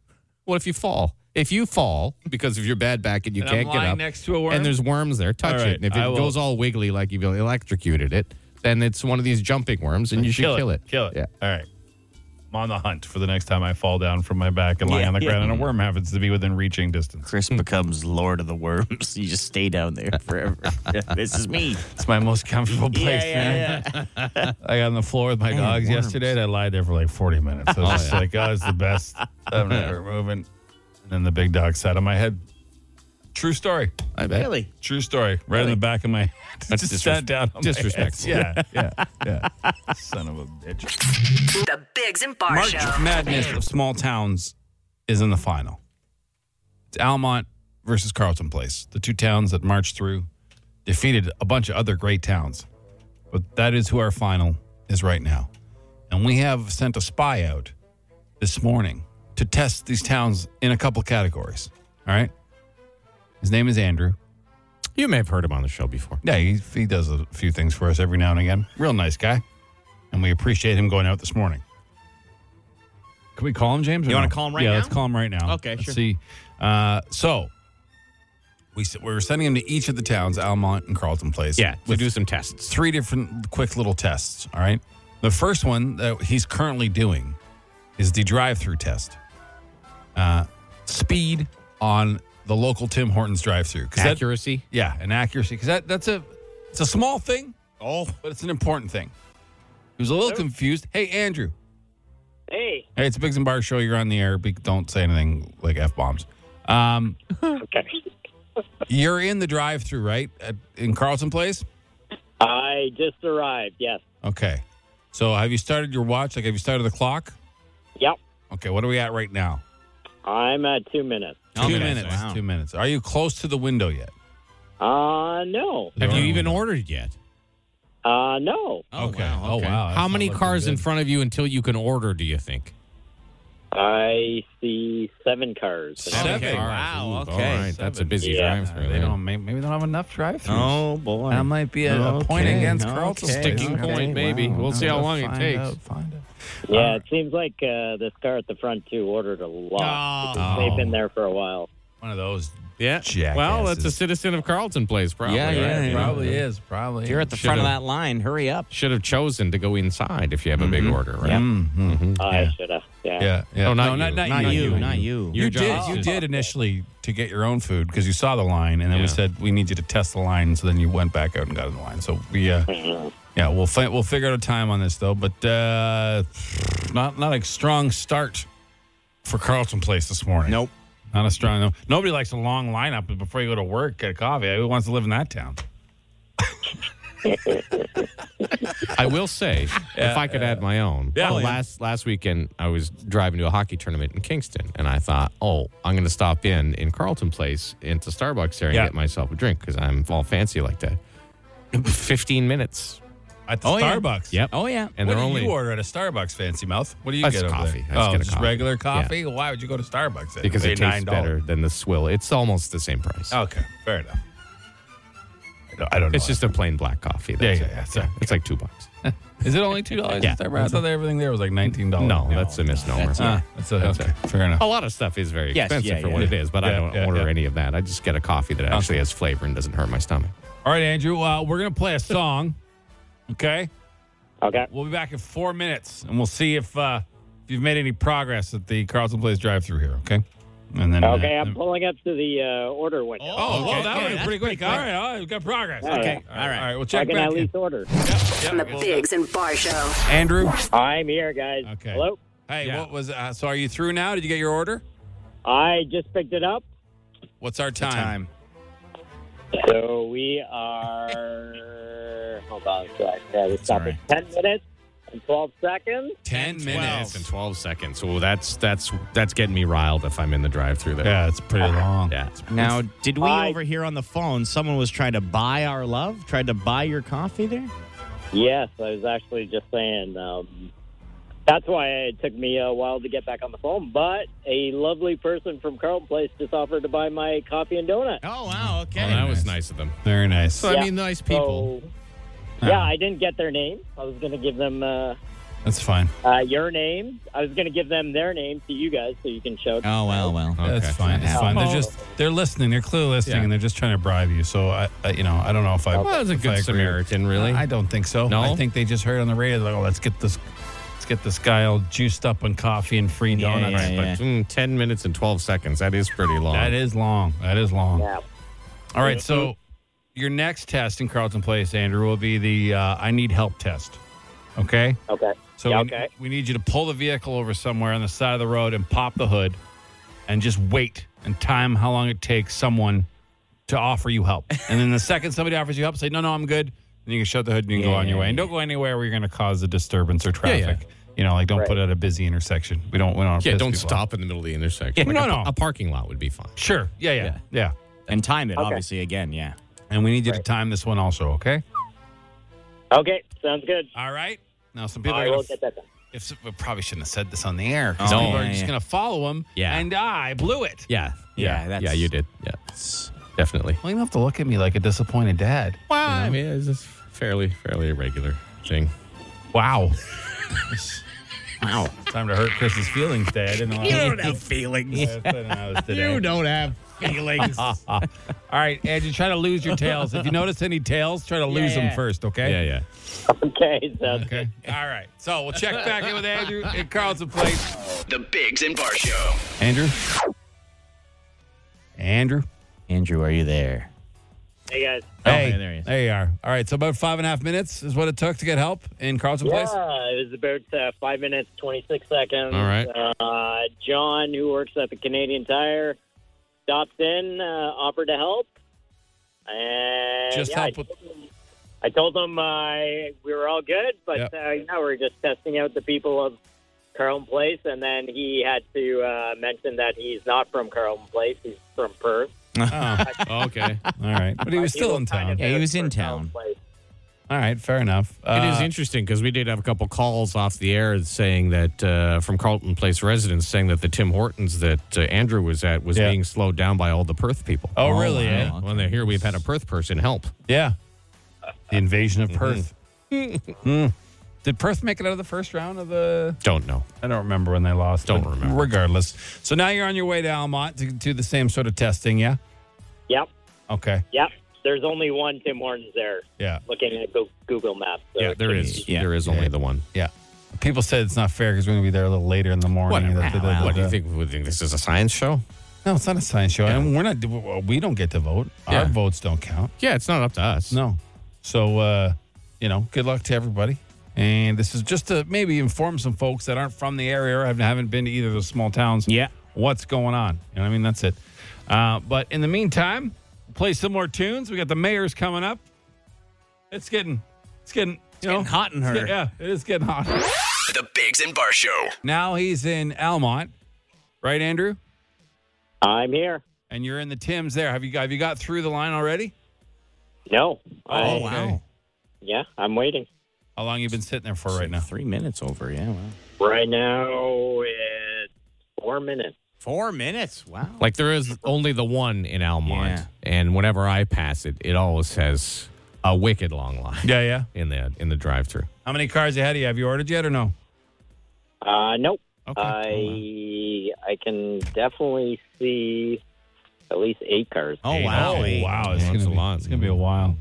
Speaker 4: What if you fall? If you fall because of your bad back and you
Speaker 2: And I'm
Speaker 4: can't get
Speaker 2: lying
Speaker 4: up,
Speaker 2: next to a worm?
Speaker 4: and there's worms there, touch
Speaker 2: All
Speaker 4: it.
Speaker 2: right,
Speaker 4: And if
Speaker 2: I
Speaker 4: it
Speaker 2: will-
Speaker 4: goes all wiggly like you've electrocuted it, then it's one of these jumping worms, and you should kill it.
Speaker 2: Kill it.
Speaker 4: Yeah.
Speaker 2: All right. I'm on the hunt for the next time I fall down from my back and lying
Speaker 3: Yeah,
Speaker 2: on the
Speaker 3: yeah.
Speaker 2: ground and a worm happens to be within reaching distance.
Speaker 3: Chris becomes Lord of the Worms. You just stay down there forever. this is me.
Speaker 2: It's my most comfortable place, man. I got on the floor with my dogs
Speaker 3: worms.
Speaker 2: yesterday and I lied there for like 40 minutes. I was just like, oh, it's the best. I'm never moving. And then the big dog sat on my head. True story.
Speaker 4: I bet.
Speaker 3: Really?
Speaker 2: True story. Right in the back of my head.
Speaker 4: That's
Speaker 2: just
Speaker 4: disres-
Speaker 2: sat down. on my head.
Speaker 4: disrespectful.
Speaker 2: Yeah, yeah, yeah. Son of a bitch.
Speaker 7: The Bigs and Bar
Speaker 2: March
Speaker 7: Show.
Speaker 2: Madness of Small Towns is in the final. It's Almont versus Carlton Place, the two towns that marched through, defeated a bunch of other great towns. But that is who our final is right now. And we have sent a spy out this morning to test these towns in a couple categories. All right. His name is Andrew.
Speaker 4: You may have heard him on the show before.
Speaker 2: Yeah, he, he does a few things for us every now and again. Real nice guy. And we appreciate him going out this morning. Can we call him, James? or
Speaker 3: You wanna
Speaker 2: no?
Speaker 3: call him right
Speaker 2: Yeah,
Speaker 3: now?
Speaker 2: let's call him right now.
Speaker 3: Okay,
Speaker 2: Let's
Speaker 3: sure.
Speaker 2: See. Uh, so, we, s- we're sending him to each of the towns, Almont and Carlton Place.
Speaker 4: Yeah, we
Speaker 2: With
Speaker 4: do some tests.
Speaker 2: three different quick little tests. All right. The first one that he's currently doing is the drive through test. Uh, speed on the local Tim Hortons drive through.
Speaker 4: Accuracy.
Speaker 2: Yeah, and accuracy because that that's a it's a small thing. Oh, but it's an important thing. He was a little confused. Hey, Andrew.
Speaker 8: Hey,
Speaker 2: Hey, it's Biggs and Bar Show. You're on the air. Be, don't say anything like f bombs. Um,
Speaker 8: okay.
Speaker 2: you're in the drive-through, right, At, in Carlton Place?
Speaker 8: I just arrived. Yes.
Speaker 2: Okay. So have you started your watch? Like, have you started the clock?
Speaker 11: Yep.
Speaker 2: Okay, what are we at right now?
Speaker 11: I'm at two minutes.
Speaker 3: Oh,
Speaker 2: two minutes. Two minutes. Are you close to the window yet?
Speaker 11: Uh, no.
Speaker 4: Have you even ordered yet?
Speaker 11: Uh, no.
Speaker 2: okay. Oh,
Speaker 4: Okay.
Speaker 2: wow.
Speaker 4: How many cars in front of you until you can order, do you think?
Speaker 11: I see seven cars.
Speaker 2: Seven.
Speaker 3: Wow,
Speaker 4: Ooh,
Speaker 3: okay.
Speaker 4: All right. That's a busy
Speaker 11: Yeah.
Speaker 4: drive through.
Speaker 2: They don't, maybe, maybe they don't have enough drive through.
Speaker 3: Oh boy,
Speaker 2: That might be a, a point
Speaker 3: Okay,
Speaker 2: against Carlton.
Speaker 3: okay,
Speaker 4: Sticking
Speaker 3: okay,
Speaker 4: point, maybe.
Speaker 3: wow.
Speaker 4: We'll see how long it
Speaker 2: Find
Speaker 4: takes.
Speaker 2: out, find out.
Speaker 11: Yeah, it seems like uh, this car at the front too ordered a lot.
Speaker 2: Oh.
Speaker 11: They've been there for a while.
Speaker 2: One of those.
Speaker 4: Yeah. Well, that's a
Speaker 2: Jackasses.
Speaker 4: citizen of Carlton Place, probably.
Speaker 3: Yeah, yeah,
Speaker 4: right?
Speaker 3: yeah.
Speaker 2: Probably is. Probably.
Speaker 3: You're at the front of that line. Hurry up.
Speaker 4: Should have chosen to go inside if you have a big order, right?
Speaker 2: Mm-hmm.
Speaker 11: I should have. Yeah.
Speaker 2: Yeah. yeah.
Speaker 4: No, not
Speaker 2: Oh, not,
Speaker 4: you.
Speaker 2: not,
Speaker 4: Not
Speaker 2: you.
Speaker 4: you,
Speaker 3: not you.
Speaker 2: You
Speaker 4: Your
Speaker 2: did.
Speaker 4: job.
Speaker 2: You did initially to get your own food because you saw the line, and then we
Speaker 4: Yeah.
Speaker 2: said we need you to test the line. So then you went back out and got in the line. So we, uh,
Speaker 4: Mm-hmm.
Speaker 2: yeah, we'll fi- we'll figure out a time on this though. But uh, not not a strong start for Carlton Place this morning.
Speaker 3: Nope.
Speaker 2: Not a strong. No, nobody likes a long lineup before you go to work get a coffee. Who wants to live in that town?
Speaker 4: I will say, if I could add my own,
Speaker 2: Yeah. Oh,
Speaker 4: well,
Speaker 2: yeah.
Speaker 4: last last weekend I was driving to a hockey tournament in Kingston, and I thought, oh, I'm going to stop in in Carlton Place into Starbucks there and
Speaker 2: Yeah.
Speaker 4: get myself a drink because I'm all fancy like that. Fifteen minutes.
Speaker 2: At the
Speaker 3: Oh, yeah.
Speaker 2: Starbucks.
Speaker 4: Yep.
Speaker 3: Oh yeah.
Speaker 4: And
Speaker 2: what
Speaker 4: they're
Speaker 2: do
Speaker 4: only
Speaker 2: you order at a Starbucks, Fancy Mouth? What do you
Speaker 4: Uh,
Speaker 2: get
Speaker 4: just
Speaker 2: over
Speaker 4: coffee. I
Speaker 2: there?
Speaker 4: just
Speaker 2: oh,
Speaker 4: get a
Speaker 2: just
Speaker 4: coffee.
Speaker 2: regular
Speaker 4: Yeah.
Speaker 2: coffee. Why would you go to Starbucks? then?
Speaker 4: because
Speaker 2: Pay
Speaker 4: it tastes
Speaker 2: $9.
Speaker 4: better than the swill. It's almost the same price.
Speaker 2: Okay, fair enough. I don't, I don't know.
Speaker 4: It's just a plain black coffee.
Speaker 2: Yeah,
Speaker 4: it.
Speaker 2: yeah, Oh, yeah, sorry.
Speaker 4: It's like two bucks.
Speaker 2: Is it only two dollars?
Speaker 4: Yeah.
Speaker 2: I thought everything there was like nineteen dollars.
Speaker 4: No, that's a misnomer.
Speaker 2: ah, that's, a, okay. Fair enough.
Speaker 4: A lot of stuff is very
Speaker 3: Yes,
Speaker 4: expensive
Speaker 3: yeah,
Speaker 4: for
Speaker 3: yeah.
Speaker 4: what it is, but I
Speaker 2: Yeah,
Speaker 4: don't
Speaker 2: yeah,
Speaker 4: order
Speaker 2: yeah.
Speaker 4: any of that. I just get a coffee that actually has flavor and doesn't hurt my stomach.
Speaker 2: All right, Andrew. Uh, we're gonna play a song. Okay,
Speaker 11: Okay.
Speaker 2: we'll be back in four minutes, and we'll see if uh, if you've made any progress at the Carlton Place drive-through here. Okay, and then uh,
Speaker 11: Okay, I'm
Speaker 2: then-
Speaker 11: pulling up to the uh, order window.
Speaker 2: Oh,
Speaker 3: Okay.
Speaker 2: whoa, that
Speaker 3: Okay,
Speaker 2: was
Speaker 3: that's
Speaker 2: pretty quick. All right, all right, we've got progress.
Speaker 11: Yeah,
Speaker 2: Okay,
Speaker 3: yeah. All right.
Speaker 2: all right. We'll
Speaker 11: I
Speaker 2: check
Speaker 11: can
Speaker 2: back
Speaker 11: at
Speaker 2: in.
Speaker 11: least order.
Speaker 2: Yep,
Speaker 7: On the
Speaker 2: we'll-
Speaker 7: Bigs and Bar Show.
Speaker 2: Andrew.
Speaker 11: I'm here, guys.
Speaker 2: Okay.
Speaker 11: Hello.
Speaker 2: Hey,
Speaker 4: Yeah.
Speaker 2: what was? Uh, so, are you through now? Did you get your order?
Speaker 11: I just picked it up.
Speaker 2: What's our time?
Speaker 11: So we are. Hold on a sec. Yeah, we stop
Speaker 3: Sorry.
Speaker 11: at 10 minutes and 12 seconds.
Speaker 2: Ten minutes.
Speaker 4: and 12 seconds. So that's that's that's getting me riled if I'm in the drive-through there.
Speaker 2: Yeah, it's pretty long.
Speaker 4: Yeah.
Speaker 3: Now, did we
Speaker 11: I-
Speaker 3: over here on the phone? Someone was trying to buy our love. Tried to buy your coffee there.
Speaker 11: Yes, I was actually just saying. Um, that's why it took me a while to get back on the phone. But a lovely person from Carlton Place just offered to buy my coffee and donut.
Speaker 4: Ah,
Speaker 3: Oh wow. Okay.
Speaker 4: Well, that was nice of them.
Speaker 2: Very nice.
Speaker 4: So I mean, nice people.
Speaker 11: So, yeah, I didn't get their name. I was going to give them uh,
Speaker 2: That's fine.
Speaker 11: uh, your name. I was going to give them their name to you guys so you can show.
Speaker 3: Oh well, well.
Speaker 2: That's fine. That's
Speaker 3: Yeah.
Speaker 2: fine. They're just they're listening. They're clearly listening,
Speaker 4: Yeah.
Speaker 2: and they're just trying to bribe you. So I, I you know, I don't know if I.
Speaker 4: Well, that's a
Speaker 2: if
Speaker 4: good
Speaker 2: I agree.
Speaker 4: Samaritan, really.
Speaker 2: I don't think so.
Speaker 4: No?
Speaker 2: I think they just heard on the radio. Like, oh, let's get this, let's get this guy all juiced up on coffee and free
Speaker 3: Yeah,
Speaker 2: donuts.
Speaker 3: yeah,
Speaker 4: But mm, 10 minutes and 12 seconds. That is pretty long.
Speaker 2: That is long. That is long.
Speaker 11: Yeah.
Speaker 2: All right. So your next test in Carlton Place, Andrew, will be the uh, I need help test. Okay.
Speaker 11: Okay.
Speaker 2: So
Speaker 11: Yeah,
Speaker 2: we,
Speaker 11: okay.
Speaker 2: we need you to pull the vehicle over somewhere on the side of the road and pop the hood and just wait and time how long it takes someone to offer you help. and then the second somebody offers you help, say, no, no, I'm good. Then you can shut the hood and you can go on your way. And don't go anywhere where you're going to cause a disturbance or
Speaker 4: Yeah,
Speaker 2: traffic.
Speaker 4: yeah.
Speaker 2: You know, like don't put out a busy intersection. We don't, we don't, wanna
Speaker 4: yeah,
Speaker 2: piss
Speaker 4: don't
Speaker 2: people off.
Speaker 4: stop in the middle of the intersection.
Speaker 2: Yeah,
Speaker 4: Like
Speaker 2: no, no.
Speaker 4: a, A parking lot would be fine.
Speaker 2: Sure. Yeah, yeah, yeah.
Speaker 3: Yeah. And time it obviously again. Yeah.
Speaker 2: And we need you to time this one also, okay?
Speaker 11: Okay. Sounds good.
Speaker 2: All right. Now, some people
Speaker 11: I
Speaker 2: are
Speaker 11: will
Speaker 2: going
Speaker 11: get that done.
Speaker 2: to, we probably shouldn't have said this on the air. 'cause
Speaker 3: Oh,
Speaker 2: people
Speaker 3: yeah,
Speaker 2: are just
Speaker 3: yeah.
Speaker 2: going to follow him.
Speaker 4: Yeah.
Speaker 2: And I blew it.
Speaker 4: Yeah.
Speaker 3: Yeah, that's-
Speaker 4: yeah, you did. Yeah. Definitely.
Speaker 2: Well, you don't have to look at me like a disappointed dad.
Speaker 4: Well, I mean, it's a fairly, fairly irregular thing.
Speaker 2: Wow.
Speaker 3: Wow.
Speaker 2: Time to hurt Chris's feelings, Dad. And you don't have
Speaker 3: feelings.
Speaker 2: feelings.
Speaker 3: don't have feelings.
Speaker 2: All right, Andrew, try to lose your tails. If you notice any tails, try to lose them
Speaker 3: yeah.
Speaker 2: first, okay?
Speaker 4: Yeah, yeah.
Speaker 11: Okay. Sounds good.
Speaker 2: Okay. All right. So we'll check back in with Andrew at Carlson Place.
Speaker 1: The Bigs and Bar Show.
Speaker 2: Andrew? Andrew?
Speaker 3: Andrew, are you there?
Speaker 11: Hey guys.
Speaker 2: Hey,
Speaker 3: yeah, there he is.
Speaker 2: there you are. All right, so about five and a half minutes is what it took to get help in Carlson
Speaker 11: Yeah,
Speaker 2: Place?
Speaker 11: it was about uh, five minutes, 26 seconds.
Speaker 4: All right.
Speaker 11: Uh, John, who works at the Canadian Tire, stopped in, uh, offered to help. And
Speaker 2: Just
Speaker 11: yeah,
Speaker 2: help
Speaker 11: I
Speaker 2: with-
Speaker 11: took him- I told them I we were all good, but
Speaker 2: Yep.
Speaker 11: uh, you know, we are just testing out the people of Carlton Place, and then he had to uh, mention that he's not from Carlton Place; he's from Perth.
Speaker 4: Oh, okay.
Speaker 2: All right. But he was still in town.
Speaker 3: Yeah, he was in town.
Speaker 2: All right. Fair enough.
Speaker 4: it is
Speaker 2: Uh,
Speaker 4: interesting because we did have a couple calls off the air saying that uh, from Carlton Place residents saying that the Tim Hortons that uh, Andrew was at was
Speaker 2: Yeah.
Speaker 4: being slowed down by all the Perth people.
Speaker 2: Oh, really? eh?
Speaker 4: When they're here, we've had a Perth person help.
Speaker 2: Yeah. The invasion of Perth. Hmm. Did Perth make it out of the first round of the?
Speaker 4: Don't know.
Speaker 2: I don't remember when they lost.
Speaker 4: Don't
Speaker 2: but
Speaker 4: remember.
Speaker 2: Regardless, so now you're on your way to Almont to do the same sort of testing. Yeah.
Speaker 11: Yep,
Speaker 2: Okay.
Speaker 11: yep. There's only one Tim Hortons there.
Speaker 2: Yeah.
Speaker 11: Looking at Go- Google Maps. so
Speaker 4: Yeah, there is. There is only the one.
Speaker 2: Yeah. People said it's not fair because we're gonna be there a little later in the morning.
Speaker 4: Whatever.
Speaker 2: Da- da- da- da-
Speaker 4: What do you
Speaker 2: da.
Speaker 4: think? We think this is a science show?
Speaker 2: No, it's not a science show. And we're not. We don't get to vote.
Speaker 4: Yeah.
Speaker 2: Our votes don't count.
Speaker 4: Yeah, it's not up to us.
Speaker 2: No. So, uh, you know, good luck to everybody. And this is just to maybe inform some folks that aren't from the area or haven't- haven't been to either of those small towns.
Speaker 3: Yeah.
Speaker 2: What's going on? You know what I mean? That's it. Uh, but in the meantime, play some more tunes. We got the mayor's coming up. It's getting, it's getting, you know,
Speaker 3: getting hot in
Speaker 2: it's
Speaker 3: her.
Speaker 2: get- yeah, it is getting hot.
Speaker 1: The Bigs and Bar Show.
Speaker 2: now he's in Almont, right, Andrew?
Speaker 11: I'm here.
Speaker 2: And you're in the Tim's there. Have you got, have you got through the line already?
Speaker 11: No.
Speaker 2: Oh,
Speaker 11: I,
Speaker 2: wow.
Speaker 11: Yeah, I'm waiting.
Speaker 2: How long you been sitting there for right now?
Speaker 3: Three minutes over. Yeah. Wow.
Speaker 11: Right now, it's four minutes.
Speaker 3: Four minutes. Wow.
Speaker 4: Like there is only the one in Almont,
Speaker 3: Yeah.
Speaker 4: and whenever I pass it, it always has a wicked long line
Speaker 2: Yeah, yeah.
Speaker 4: in the in the drive-through.
Speaker 2: How many cars ahead of you? Have you ordered yet or no?
Speaker 11: Uh, nope.
Speaker 2: Okay.
Speaker 11: I I can definitely see at least eight cars.
Speaker 3: Oh
Speaker 2: Eight.
Speaker 3: wow.
Speaker 2: Oh,
Speaker 3: Eight.
Speaker 2: wow. It's
Speaker 4: Yeah,
Speaker 2: gonna
Speaker 4: that's a
Speaker 2: be,
Speaker 4: lot.
Speaker 2: It's gonna be a while.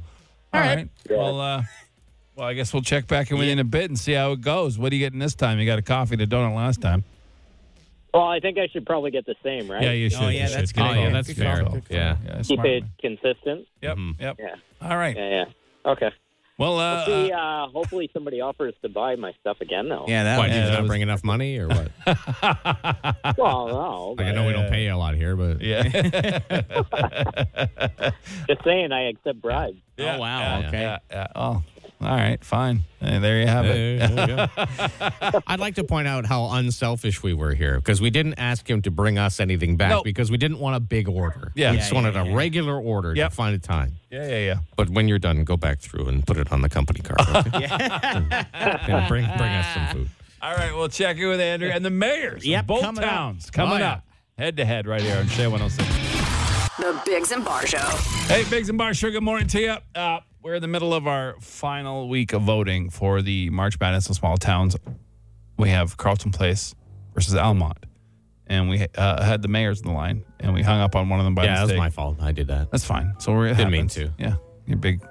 Speaker 2: All right.
Speaker 11: Yeah.
Speaker 2: Well, uh, well, I guess we'll check back in with you in a bit and see how it goes. What are you getting this time? You got a coffee and a donut last time.
Speaker 11: Well, I think I should probably get the same, right?
Speaker 2: Yeah, you should.
Speaker 3: Oh, yeah,
Speaker 2: you should.
Speaker 3: that's good.
Speaker 2: Oh, yeah,
Speaker 3: Good
Speaker 2: that's
Speaker 3: call.
Speaker 2: fair.
Speaker 3: Good call.
Speaker 2: Yeah. Mm-hmm.
Speaker 11: Keep
Speaker 2: smart
Speaker 11: it
Speaker 2: man.
Speaker 11: consistent.
Speaker 2: Yep. Yep.
Speaker 11: Yeah,
Speaker 2: All right.
Speaker 11: yeah, yeah. Okay.
Speaker 2: Well, uh,
Speaker 11: See, uh, hopefully somebody offers to buy my stuff again, though.
Speaker 3: Yeah. That.
Speaker 4: Why
Speaker 3: was-
Speaker 4: did you
Speaker 2: that
Speaker 4: not
Speaker 2: was-
Speaker 4: bring enough money or what?
Speaker 11: Well, no.
Speaker 4: Like, I
Speaker 11: but
Speaker 4: know we don't pay you a lot here, but
Speaker 2: yeah.
Speaker 11: Just saying, I accept bribes.
Speaker 2: Yeah,
Speaker 3: Oh wow.
Speaker 2: yeah,
Speaker 3: okay.
Speaker 2: yeah, yeah. Oh, all right. Fine. Hey, there you have it.
Speaker 4: Hey, there we go. I'd like to point out how unselfish we were here because we didn't ask him to bring us anything back
Speaker 2: No.
Speaker 4: because we didn't want a big order.
Speaker 2: Yeah.
Speaker 4: we
Speaker 2: Yeah,
Speaker 4: just
Speaker 2: yeah,
Speaker 4: wanted a regular order
Speaker 2: Yep.
Speaker 4: to find a time.
Speaker 2: Yeah. Yeah. Yeah.
Speaker 4: But when you're done, go back through and put it on the company card. Okay? and bring bring us some food.
Speaker 2: All right, we'll check in with Andrew and the mayors
Speaker 3: Yep,
Speaker 2: of both
Speaker 3: coming up.
Speaker 2: towns coming
Speaker 3: Oh, yeah.
Speaker 2: up head to head right here on oh Shea 106.
Speaker 7: The Bigs and Bar Show.
Speaker 2: Hey, Biggs and Bar Sugar, morning to you. Uh, we're in the middle of our final week of voting for the March Madness of Small Towns. We have Carlton Place versus Almont, and we uh, had the mayors in the line, and we hung up on one of them by
Speaker 4: yeah, that was
Speaker 2: mistake.
Speaker 4: my fault. I did that.
Speaker 2: That's fine. So we're it
Speaker 4: Didn't mean
Speaker 2: happens.
Speaker 4: to.
Speaker 2: Yeah, your big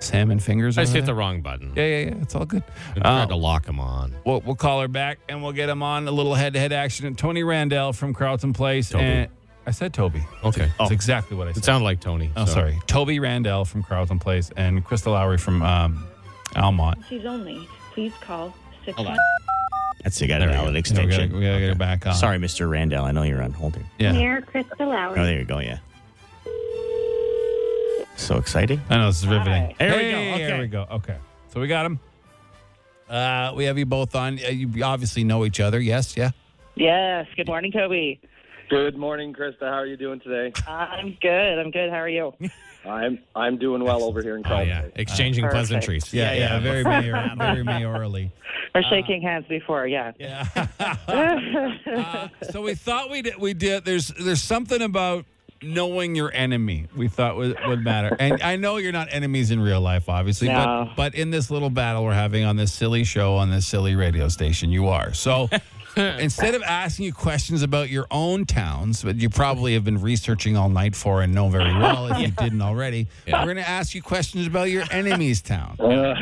Speaker 2: salmon fingers.
Speaker 4: I just
Speaker 2: over
Speaker 4: hit the
Speaker 2: there.
Speaker 4: wrong button.
Speaker 2: Yeah, yeah, yeah. It's all good.
Speaker 4: I tried
Speaker 2: Um,
Speaker 4: to lock him on.
Speaker 2: We'll, we'll call her back and we'll get him on a little head to head action. And Tony Randall from Carlton Place.
Speaker 4: Toby.
Speaker 2: And I said Toby.
Speaker 4: Okay.
Speaker 2: That's exactly what I said.
Speaker 4: It sounded like Tony.
Speaker 2: oh,
Speaker 4: so-
Speaker 2: sorry. Toby Randall from Carlton Place and Crystal Lowry from um, Almont.
Speaker 12: She's only. Please call six.
Speaker 3: Hold on.
Speaker 12: one-
Speaker 3: That's a got a
Speaker 4: There we go.
Speaker 3: valid
Speaker 2: Yeah, we gotta,
Speaker 3: extension.
Speaker 2: we gotta get her back on.
Speaker 3: Sorry, Mr. Randall. I know you're on hold here.
Speaker 2: Yeah.
Speaker 12: Mayor Crystal Lowry.
Speaker 3: Oh, there you go. Yeah. So exciting.
Speaker 2: I know this is riveting.
Speaker 3: There we go.
Speaker 2: Hey,
Speaker 3: Okay.
Speaker 2: There we go. Okay. So we got him. Uh, we have you both on. Uh, You obviously know each other. Yes. Yeah.
Speaker 13: Yes. Good morning, Toby.
Speaker 11: Good morning, Krista. How are you doing today?
Speaker 13: I'm good. I'm good. How are you?
Speaker 11: I'm I'm doing well over here in
Speaker 4: Oh,
Speaker 11: Carlton.
Speaker 4: yeah. Exchanging
Speaker 13: Perfect.
Speaker 4: pleasantries.
Speaker 2: Yeah. Yeah.
Speaker 3: yeah.
Speaker 2: Very, mayor, very mayorally.
Speaker 13: Or shaking hands before, yeah.
Speaker 2: Yeah. Uh, so we thought we did, we did. There's there's something about knowing your enemy. We thought would, would matter. And I know you're not enemies in real life, obviously,
Speaker 13: No.
Speaker 2: but but in this little battle we're having on this silly show on this silly radio station, you are. So instead of asking you questions about your own towns, that you probably have been researching all night for and know very well if you didn't already, we're going to ask you questions about your enemy's town.
Speaker 11: Uh.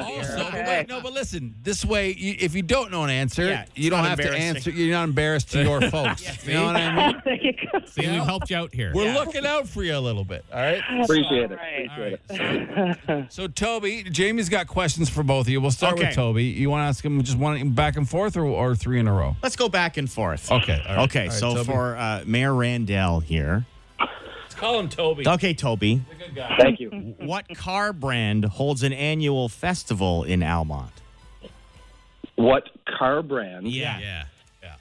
Speaker 2: Also, but wait, no, but listen. This way, you, if you don't know an answer,
Speaker 3: Yeah, it's
Speaker 2: you don't
Speaker 3: not
Speaker 2: have to
Speaker 3: embarrassing.
Speaker 2: answer. You're not embarrassed to your folks. You know what I mean?
Speaker 13: there you go.
Speaker 4: See, we helped you out here.
Speaker 2: We're looking out for you a little bit. All right.
Speaker 11: Appreciate it.
Speaker 13: Right.
Speaker 2: All right. So, so, Toby, Jamie's got questions for both of you. We'll start with
Speaker 3: Okay.
Speaker 2: Toby. You want to ask him just one back and forth, or, or three in a row?
Speaker 3: Let's go back and forth.
Speaker 2: Okay. all right.
Speaker 3: Okay,
Speaker 2: All right,
Speaker 3: so
Speaker 2: Toby.
Speaker 3: for uh, Mayor Randell here,
Speaker 2: Let's Call him Toby.
Speaker 3: Okay, Toby.
Speaker 2: Good guy.
Speaker 11: Thank you.
Speaker 3: What car brand holds an annual festival in Almont?
Speaker 14: What car brand
Speaker 3: Yeah.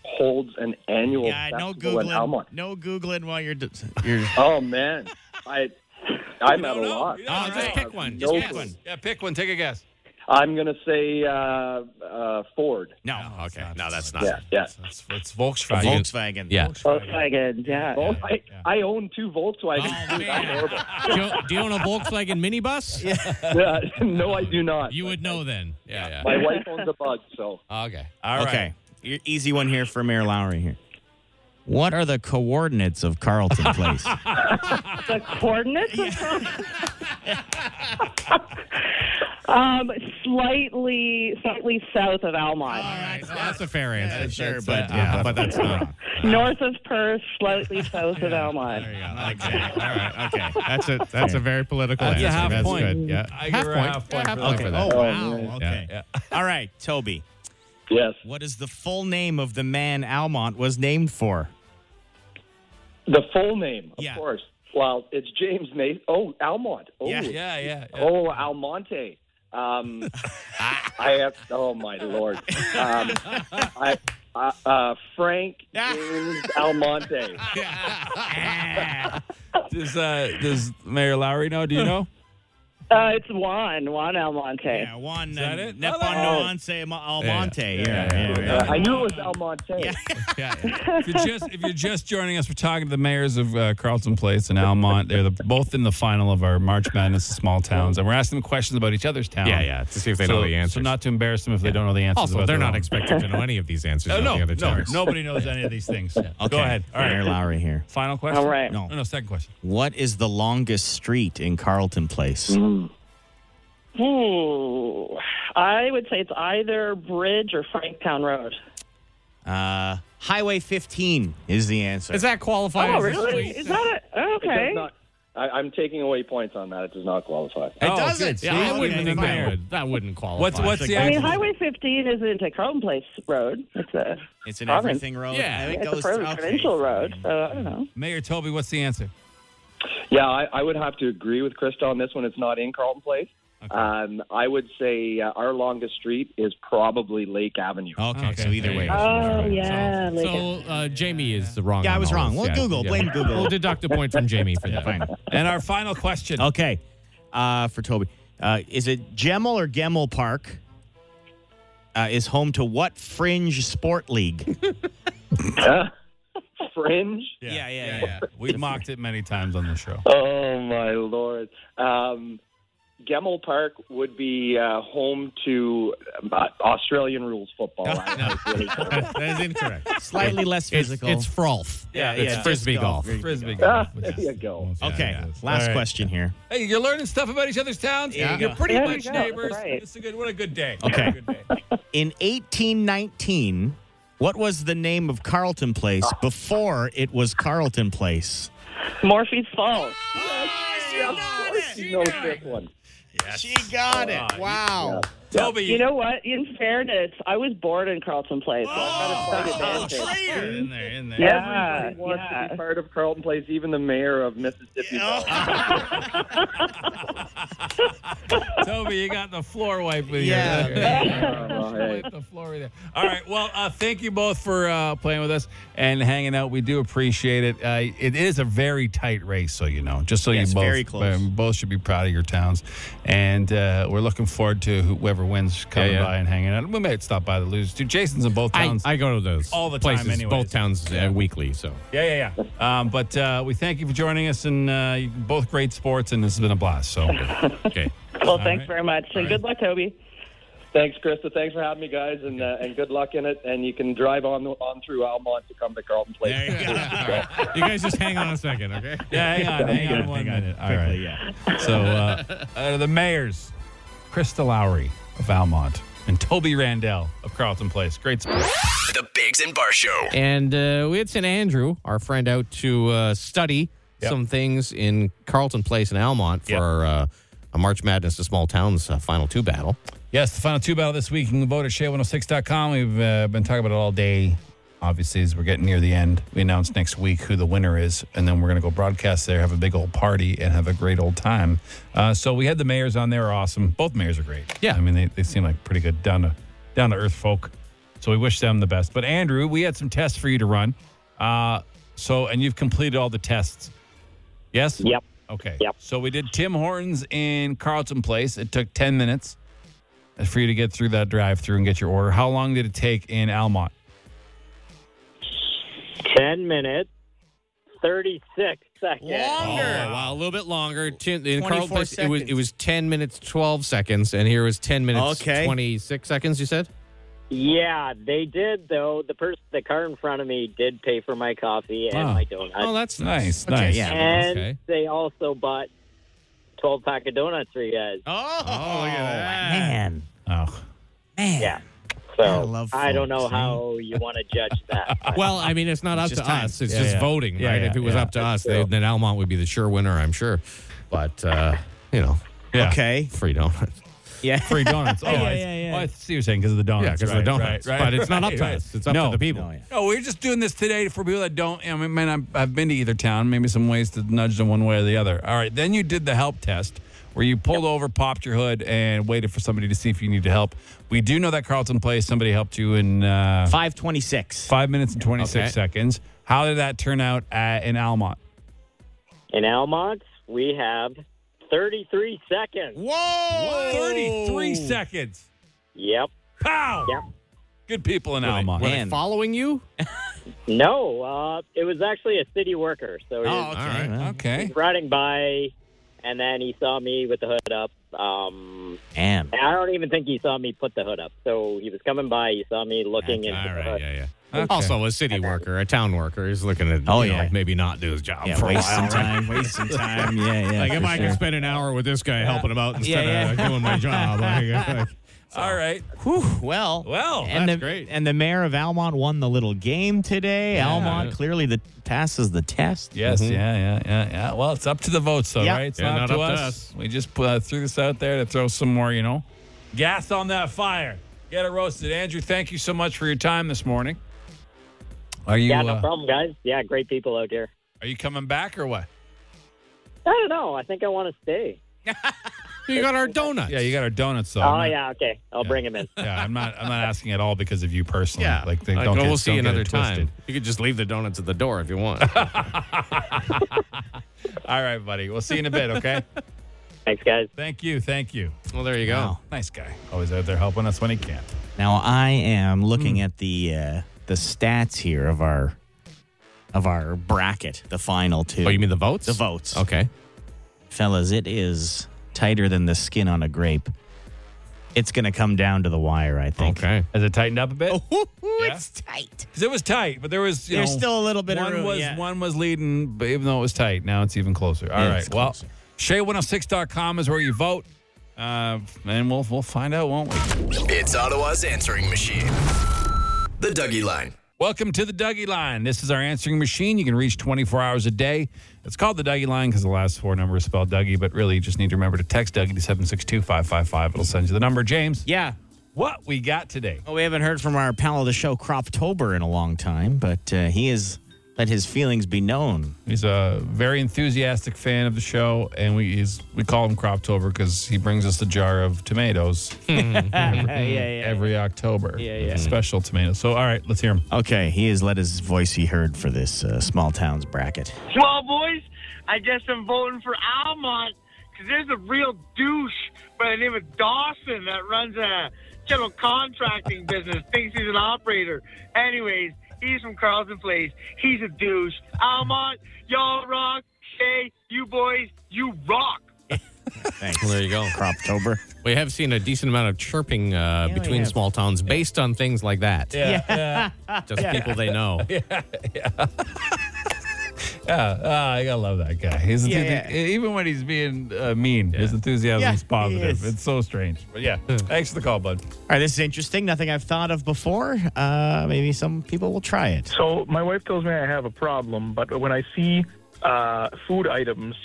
Speaker 14: holds an annual
Speaker 3: Yeah, no
Speaker 14: festival in
Speaker 3: Googling.
Speaker 14: Almont?
Speaker 3: No Googling while you're. d- you're
Speaker 14: Oh man, I I'm at a
Speaker 2: know.
Speaker 14: loss.
Speaker 2: You don't know. Just pick one. Just
Speaker 14: No
Speaker 2: pick
Speaker 14: clue.
Speaker 2: one. Yeah, pick one. Take a guess.
Speaker 14: I'm gonna say uh, uh, Ford.
Speaker 3: No.
Speaker 4: Okay. No, that's not.
Speaker 14: Yeah, yeah.
Speaker 2: It's, it's Volkswagen.
Speaker 3: Volkswagen.
Speaker 4: Yeah.
Speaker 13: Volkswagen, yeah.
Speaker 14: Vol- I, I own two Volkswagens. dude. That's horrible.
Speaker 4: Do you, do you own a Volkswagen minibus?
Speaker 14: Yeah, no, I do not.
Speaker 4: You would know then. Yeah,
Speaker 14: My wife owns a bug, so
Speaker 2: Ah,
Speaker 4: yeah. Okay.
Speaker 2: All right.
Speaker 3: Okay. Your easy one here for Mayor Lowry here. What are the coordinates of Carlton Place?
Speaker 13: The coordinates? um, slightly, slightly south of Almont.
Speaker 4: Well, that's a fair answer.
Speaker 3: sure,
Speaker 4: That's,
Speaker 3: but-
Speaker 4: uh, yeah,
Speaker 3: but-
Speaker 4: but that's not.
Speaker 13: North of Perth, slightly south of Almont.
Speaker 4: There you go. I like that. All right. Okay. That's a that's a very political
Speaker 2: That's a
Speaker 4: answer.
Speaker 2: half
Speaker 4: that's
Speaker 2: point.
Speaker 4: good. Yeah.
Speaker 2: I give her a half point
Speaker 4: Yeah,
Speaker 2: for
Speaker 4: for
Speaker 2: that.
Speaker 4: that.
Speaker 3: Oh, wow. Okay.
Speaker 2: Yeah.
Speaker 3: All right, Toby.
Speaker 14: yes.
Speaker 3: What is the full name of the man Almont was named for?
Speaker 14: The full name, of
Speaker 3: Yeah.
Speaker 14: course. Well, it's James Mason. Oh, Almont. Oh,
Speaker 3: Yeah.
Speaker 2: Yeah, yeah. yeah.
Speaker 14: oh, Almonte. Um, I have. Oh my lord. Um, I, uh, uh, Frank James Almonte.
Speaker 2: Does uh, does Mayor Lowry know? Do you know?
Speaker 13: Uh, it's Juan, Juan Almonte.
Speaker 3: Yeah, one. uh, Is
Speaker 2: that it?
Speaker 3: Nepon
Speaker 2: Oh.
Speaker 3: Nuance uh, Ma- Almonte.
Speaker 2: Yeah,
Speaker 3: Yeah,
Speaker 2: yeah,
Speaker 3: yeah,
Speaker 2: yeah.
Speaker 3: yeah.
Speaker 14: Uh, I knew it was Almonte.
Speaker 2: Yeah. if, you're just, if you're just joining us, we're talking to the mayors of uh, Carlton Place and Almont. They're the, both in the final of our March Madness of Small Towns, and we're asking them questions about each other's town.
Speaker 4: Yeah, yeah, to see if they
Speaker 2: so,
Speaker 4: know the answers.
Speaker 2: So not to embarrass them if they don't know the answers.
Speaker 4: Also,
Speaker 2: about
Speaker 4: they're
Speaker 2: their
Speaker 4: not
Speaker 2: own.
Speaker 4: expected to know any of these answers.
Speaker 2: Oh,
Speaker 4: on
Speaker 2: no,
Speaker 4: the other
Speaker 2: no,
Speaker 4: towns.
Speaker 2: nobody knows any of these things.
Speaker 3: Okay.
Speaker 2: Go ahead. All
Speaker 3: Mayor
Speaker 2: right.
Speaker 3: Lowry here.
Speaker 2: Final question.
Speaker 13: All right.
Speaker 2: No, no, second question.
Speaker 3: What is the longest street in Carlton Place?
Speaker 13: Hmm. Ooh, Hmm. I would say it's either Bridge or Franktown Road.
Speaker 3: Uh, Highway 15 is the answer.
Speaker 4: Does that qualify?
Speaker 13: Oh,
Speaker 4: as a
Speaker 13: really?
Speaker 4: sweet?
Speaker 13: Is that a,
Speaker 14: It does
Speaker 13: okay?
Speaker 14: not- I, I'm taking away points on that. It does not qualify.
Speaker 3: It doesn't.
Speaker 4: Yeah, Oh, I wouldn't think that would. That wouldn't qualify.
Speaker 2: What's what's the
Speaker 13: I mean,
Speaker 2: actual-
Speaker 13: Highway 15 isn't a Crown Place road. It's a
Speaker 3: It's an
Speaker 13: Province.
Speaker 3: everything road.
Speaker 4: Yeah.
Speaker 3: it
Speaker 13: it's a
Speaker 3: goes
Speaker 13: pro-
Speaker 3: through- okay.
Speaker 13: provincial road. So I don't know.
Speaker 2: Mayor Toby? What's the answer?
Speaker 14: Yeah, I, I would have to agree with Krista on this one. It's not in Carlton Place.
Speaker 2: Okay.
Speaker 14: Um, I would say uh, our longest street is probably Lake Avenue.
Speaker 3: Okay,
Speaker 4: Okay,
Speaker 3: so either
Speaker 4: there
Speaker 3: way.
Speaker 4: you go.
Speaker 13: Oh yeah, like it.
Speaker 4: So uh, Jamie is the wrong.
Speaker 3: Yeah, I
Speaker 4: on
Speaker 3: was
Speaker 4: all
Speaker 3: wrong.
Speaker 4: this.
Speaker 3: Well, Google. Blame Google.
Speaker 4: We'll deduct a point from Jamie for that.
Speaker 3: Fine.
Speaker 2: And our final question.
Speaker 3: Okay. Uh, for Toby, uh, is it Gemmel or Gemmel Park? Uh, is home to what fringe sport league?
Speaker 14: Fringe.
Speaker 3: Yeah, yeah, yeah.
Speaker 2: We've mocked it many times on the show.
Speaker 14: Oh my lord. Um, Gemmel Park would be uh, home to uh, Australian rules football.
Speaker 4: that is incorrect.
Speaker 3: Slightly less
Speaker 4: It's,
Speaker 3: physical.
Speaker 4: it's frolf.
Speaker 2: Yeah,
Speaker 4: it's
Speaker 2: yeah.
Speaker 4: frisbee
Speaker 3: Just golf.
Speaker 4: golf.
Speaker 2: Frisbee.
Speaker 14: Ah,
Speaker 2: golf, which
Speaker 14: there
Speaker 2: is-
Speaker 14: you go.
Speaker 2: Yeah,
Speaker 3: okay,
Speaker 2: yeah.
Speaker 3: last
Speaker 2: All right.
Speaker 3: question here.
Speaker 2: Hey, you're learning stuff about each other's towns.
Speaker 3: Yeah.
Speaker 2: You're pretty
Speaker 13: There
Speaker 2: much
Speaker 13: you go.
Speaker 2: neighbors.
Speaker 13: Right.
Speaker 2: It's a good. What a good day.
Speaker 3: Okay.
Speaker 2: What a good day.
Speaker 3: In 1819, what was the name of Carlton Place before it was Carlton Place?
Speaker 13: Morphe's Falls.
Speaker 14: You know this one.
Speaker 3: She got
Speaker 13: Oh,
Speaker 3: it. Wow.
Speaker 2: Toby,
Speaker 13: You know what? In fairness, I was born in Carlton Place. So I've got a slight advantage.
Speaker 2: Oh, in there, in there.
Speaker 13: Yeah,
Speaker 14: Everybody wants to
Speaker 13: yeah.
Speaker 14: be part of Carlton Place, even the mayor of Mississippi. Valley.
Speaker 2: Toby, you got the floor wipe with
Speaker 3: Yeah.
Speaker 2: you. Yeah.
Speaker 14: Oh, hey.
Speaker 2: the floor right there. All right. Well, uh, thank you both for uh, playing with us and hanging out. We do appreciate it. Uh, it is a very tight race, so you know. Just so
Speaker 3: Yes,
Speaker 2: you both,
Speaker 3: very close.
Speaker 2: um, both should be proud of your towns, and uh, we're looking forward to whoever wins coming
Speaker 4: yeah.
Speaker 2: by and hanging out. We may stop by the losers too. Jason's in both
Speaker 4: I,
Speaker 2: towns.
Speaker 4: I go to those
Speaker 2: All the time
Speaker 4: places,
Speaker 2: anyways.
Speaker 4: both towns uh, weekly. So
Speaker 2: yeah, yeah, yeah. Um, but uh, we thank you for joining us, and uh, you- both great sports, and this has been a blast. So, okay.
Speaker 13: Well,
Speaker 2: All
Speaker 13: thanks
Speaker 2: right.
Speaker 13: very much, and good luck, Toby.
Speaker 14: Thanks, Krista. Thanks for having me, guys, and uh, and good luck in it. And you can drive on on through Almont to come to Carlton Place.
Speaker 4: There you go. All right. You guys just hang on a second, okay?
Speaker 2: Yeah, hang on, hang on, one minute. All right.
Speaker 3: Quickly, yeah.
Speaker 2: So uh, uh, the mayors, Krista Lowry of Valmont and Toby Randell of Carlton Place. Great. sp-
Speaker 1: The Bigs and Bar Show.
Speaker 4: And uh, we had sent Andrew, our friend, out to uh, study
Speaker 2: Yep.
Speaker 4: some things in Carlton Place in Almont for
Speaker 2: Yep.
Speaker 4: our, uh, a March Madness to Small Towns uh, Final Two battle.
Speaker 2: oh Yes, the final two battle this week. You can vote at Shea106.com. We've uh, been talking about it all day. Obviously, as we're getting near the end, we announce next week who the winner is, and then we're going to go broadcast there, have a big old party, and have a great old time. Uh, so we had the mayors on there, awesome. Both mayors are great. Yeah, I mean they, they seem like pretty good down to down to earth folk. So we wish them the best. But Andrew, we had some tests for you to run. Uh, so and you've completed all the tests. Yes.
Speaker 11: Yep.
Speaker 2: Okay. Yep. So we did Tim Hortons in Carlton Place. It took ten minutes for you to get through that drive-through and get your order. How long did it take in Almont?
Speaker 11: 10 minutes, 36 seconds.
Speaker 4: Oh, wow, a little bit longer. Ten, in
Speaker 11: 24
Speaker 4: Carl Place, it was it was ten minutes twelve seconds, and here was ten minutes
Speaker 11: Okay.
Speaker 4: twenty six seconds. You said
Speaker 11: Yeah, they did, though. The person, the car in front of me did pay for my coffee and
Speaker 4: Wow.
Speaker 11: my donut.
Speaker 4: Oh, that's nice,
Speaker 2: Okay, nice. yeah.
Speaker 11: And
Speaker 2: Okay.
Speaker 11: they also bought 12 pack of donuts for you guys.
Speaker 4: Oh,
Speaker 3: man.
Speaker 2: Oh.
Speaker 3: Man.
Speaker 11: Yeah.
Speaker 3: I
Speaker 11: So
Speaker 3: love
Speaker 11: I, don't know
Speaker 3: folks, eh?
Speaker 11: how you want to judge that. but-
Speaker 4: well, I mean, it's not up
Speaker 11: It's
Speaker 4: to
Speaker 11: just time.
Speaker 4: us. It's
Speaker 11: Yeah,
Speaker 4: just
Speaker 11: yeah.
Speaker 4: voting,
Speaker 11: Yeah,
Speaker 4: right?
Speaker 11: yeah,
Speaker 4: if it was
Speaker 11: yeah.
Speaker 4: up to us,
Speaker 11: That's
Speaker 4: they,
Speaker 11: true.
Speaker 4: then Almont would be the sure winner, I'm sure. But uh, you know, yeah.
Speaker 3: Okay.
Speaker 4: free donuts.
Speaker 3: Yeah.
Speaker 2: Free donuts. Oh, I- oh, I see what you're saying because of the donuts.
Speaker 4: Yeah, 'cause of the
Speaker 2: Right,
Speaker 4: donuts.
Speaker 2: right,
Speaker 4: But it's not
Speaker 2: right,
Speaker 4: up to
Speaker 2: right.
Speaker 4: us. It's up to the people. No, yeah.
Speaker 2: No, we're just doing this today for people that don't. I mean, man, i have been to either town. Maybe some ways to nudge them one way or the other. All right. Then you did the help test where you pulled over, popped your hood, and waited for somebody to see if you needed help. We do know that Carlton place. Somebody helped you in uh,
Speaker 3: five twenty six.
Speaker 2: Five minutes and twenty six
Speaker 11: Okay.
Speaker 2: seconds. How did that turn out at, in Almont?
Speaker 11: In Almont, we have 33 seconds.
Speaker 3: Whoa!
Speaker 2: 33 seconds.
Speaker 11: Yep.
Speaker 2: Pow!
Speaker 11: Yep.
Speaker 2: Good people in Almont.
Speaker 4: Were they following you?
Speaker 11: No, uh, it was actually a city worker. So
Speaker 4: Oh,
Speaker 11: he was-
Speaker 2: okay.
Speaker 11: he
Speaker 2: Okay.
Speaker 11: was riding by, and then he saw me with the hood up. Um,
Speaker 3: Damn.
Speaker 11: and I don't even think he saw me put the hood up. So he was coming by. He saw me looking into the hood.
Speaker 4: yeah, yeah. Also, a city worker, a town worker is looking at
Speaker 3: Oh,
Speaker 4: you know,
Speaker 3: yeah.
Speaker 4: maybe not do his job
Speaker 3: Yeah,
Speaker 4: for
Speaker 3: waste
Speaker 4: a
Speaker 3: some
Speaker 4: while.
Speaker 3: time. Waste some time. Yeah, yeah.
Speaker 4: like if
Speaker 3: for
Speaker 4: I
Speaker 3: sure.
Speaker 4: can spend an hour with this guy helping him out instead
Speaker 3: Yeah,
Speaker 4: of
Speaker 3: yeah.
Speaker 4: doing my job, like,
Speaker 2: All right.
Speaker 3: Whew, well,
Speaker 2: well,
Speaker 3: and
Speaker 4: that's
Speaker 3: the,
Speaker 4: great.
Speaker 3: And the mayor of Almont won the little game today.
Speaker 2: Yeah.
Speaker 3: Almont clearly the passes the test.
Speaker 2: Yes,
Speaker 3: Mhm.
Speaker 2: yeah, yeah, yeah, yeah. Well, it's up to the votes, though,
Speaker 3: Yeah.
Speaker 2: right? It's
Speaker 3: Yeah,
Speaker 2: not, up to, us. We just uh, threw this out there to throw some more, you know, gas on that fire. Get it roasted, Andrew. Thank you so much for your time this morning. Are you?
Speaker 11: yeah, no
Speaker 2: uh,
Speaker 11: problem, guys. Yeah, great people out here.
Speaker 2: Are you coming back or what?
Speaker 11: I don't know. I think I want to stay.
Speaker 4: you got our donuts.
Speaker 2: Yeah, you got our donuts though.
Speaker 11: oh,
Speaker 2: I'm not-
Speaker 11: yeah, okay. I'll bring him in.
Speaker 2: yeah. I'm not. I'm not asking at all because of you personally.
Speaker 4: Yeah,
Speaker 2: Like, they
Speaker 4: Like,
Speaker 2: don't.
Speaker 4: well,
Speaker 2: get,
Speaker 4: we'll see
Speaker 2: don't
Speaker 4: you
Speaker 2: get
Speaker 4: another
Speaker 2: it twisted.
Speaker 4: time. You could just leave the donuts at the door if you want.
Speaker 2: All right, buddy. We'll see you in a bit. Okay.
Speaker 11: Thanks, guys.
Speaker 2: Thank you. Thank you.
Speaker 4: Well, there you go.
Speaker 3: Wow.
Speaker 2: Nice guy. Always out there helping us when he can.
Speaker 3: Now I am looking at the uh, the stats here of our of our bracket, the final two.
Speaker 4: Oh, you mean the votes?
Speaker 3: The votes.
Speaker 4: Okay.
Speaker 3: Fellas, it is tighter than the skin on a grape. It's going to come down to the wire, I think.
Speaker 4: Okay.
Speaker 2: Has it tightened up a bit?
Speaker 3: It's tight.
Speaker 2: Because Oh, it was tight, but there was you
Speaker 3: There's
Speaker 2: know,
Speaker 3: still a little bit of
Speaker 2: one
Speaker 3: room,
Speaker 2: Was,
Speaker 3: yeah.
Speaker 2: One was leading, but even though it was tight, now it's even closer. All
Speaker 3: Yeah,
Speaker 2: right,
Speaker 3: it's
Speaker 2: well, Shay106.com is where you vote, uh, and we'll we'll find out, won't we?
Speaker 1: It's Ottawa's answering machine. The Dougie Line.
Speaker 2: Welcome to the Dougie Line. This is our answering machine. You can reach 24 hours a day. It's called the Dougie Line because the last four numbers spell Dougie, but really you just need to remember to text Dougie to 762 555. It'll send you the number. James,
Speaker 3: Yeah.
Speaker 2: what we got today?
Speaker 3: Well, we haven't heard from our pal of the show, Croptober, in a long time, but uh, he has let his feelings be known.
Speaker 2: He's a very enthusiastic fan of the show, and we he's, we call him Croptober because he brings us a jar of tomatoes every, every October. Yeah, yeah. Special tomatoes. So, all right, let's hear him.
Speaker 3: Okay, he has let his voice be heard for this uh, small town's bracket.
Speaker 15: Well, boys, I guess I'm voting for Almont because there's a real douche by the name of Dawson that runs a general contracting business, thinks he's an operator. Anyways, he's from Carlton Place. He's a douche. Almont, y'all rock. Shay, you boys, you rock.
Speaker 3: Thanks.
Speaker 4: Well, there you go.
Speaker 3: Croptober.
Speaker 4: We have seen a decent amount of chirping uh,
Speaker 3: we
Speaker 4: between
Speaker 3: have.
Speaker 4: small towns based on things like that.
Speaker 2: Yeah.
Speaker 4: Just people they know.
Speaker 2: Yeah, Ah, I gotta love that guy. He's
Speaker 3: Yeah,
Speaker 2: enthusi- Even when he's being uh, mean, his enthusiasm
Speaker 3: Yeah,
Speaker 2: is positive.
Speaker 3: he is.
Speaker 2: It's so strange. But yeah, thanks for the call, bud.
Speaker 3: All right, this is interesting. Nothing I've thought of before. Uh, maybe some people will try it.
Speaker 16: So my wife tells me I have a problem, but when I see uh, food items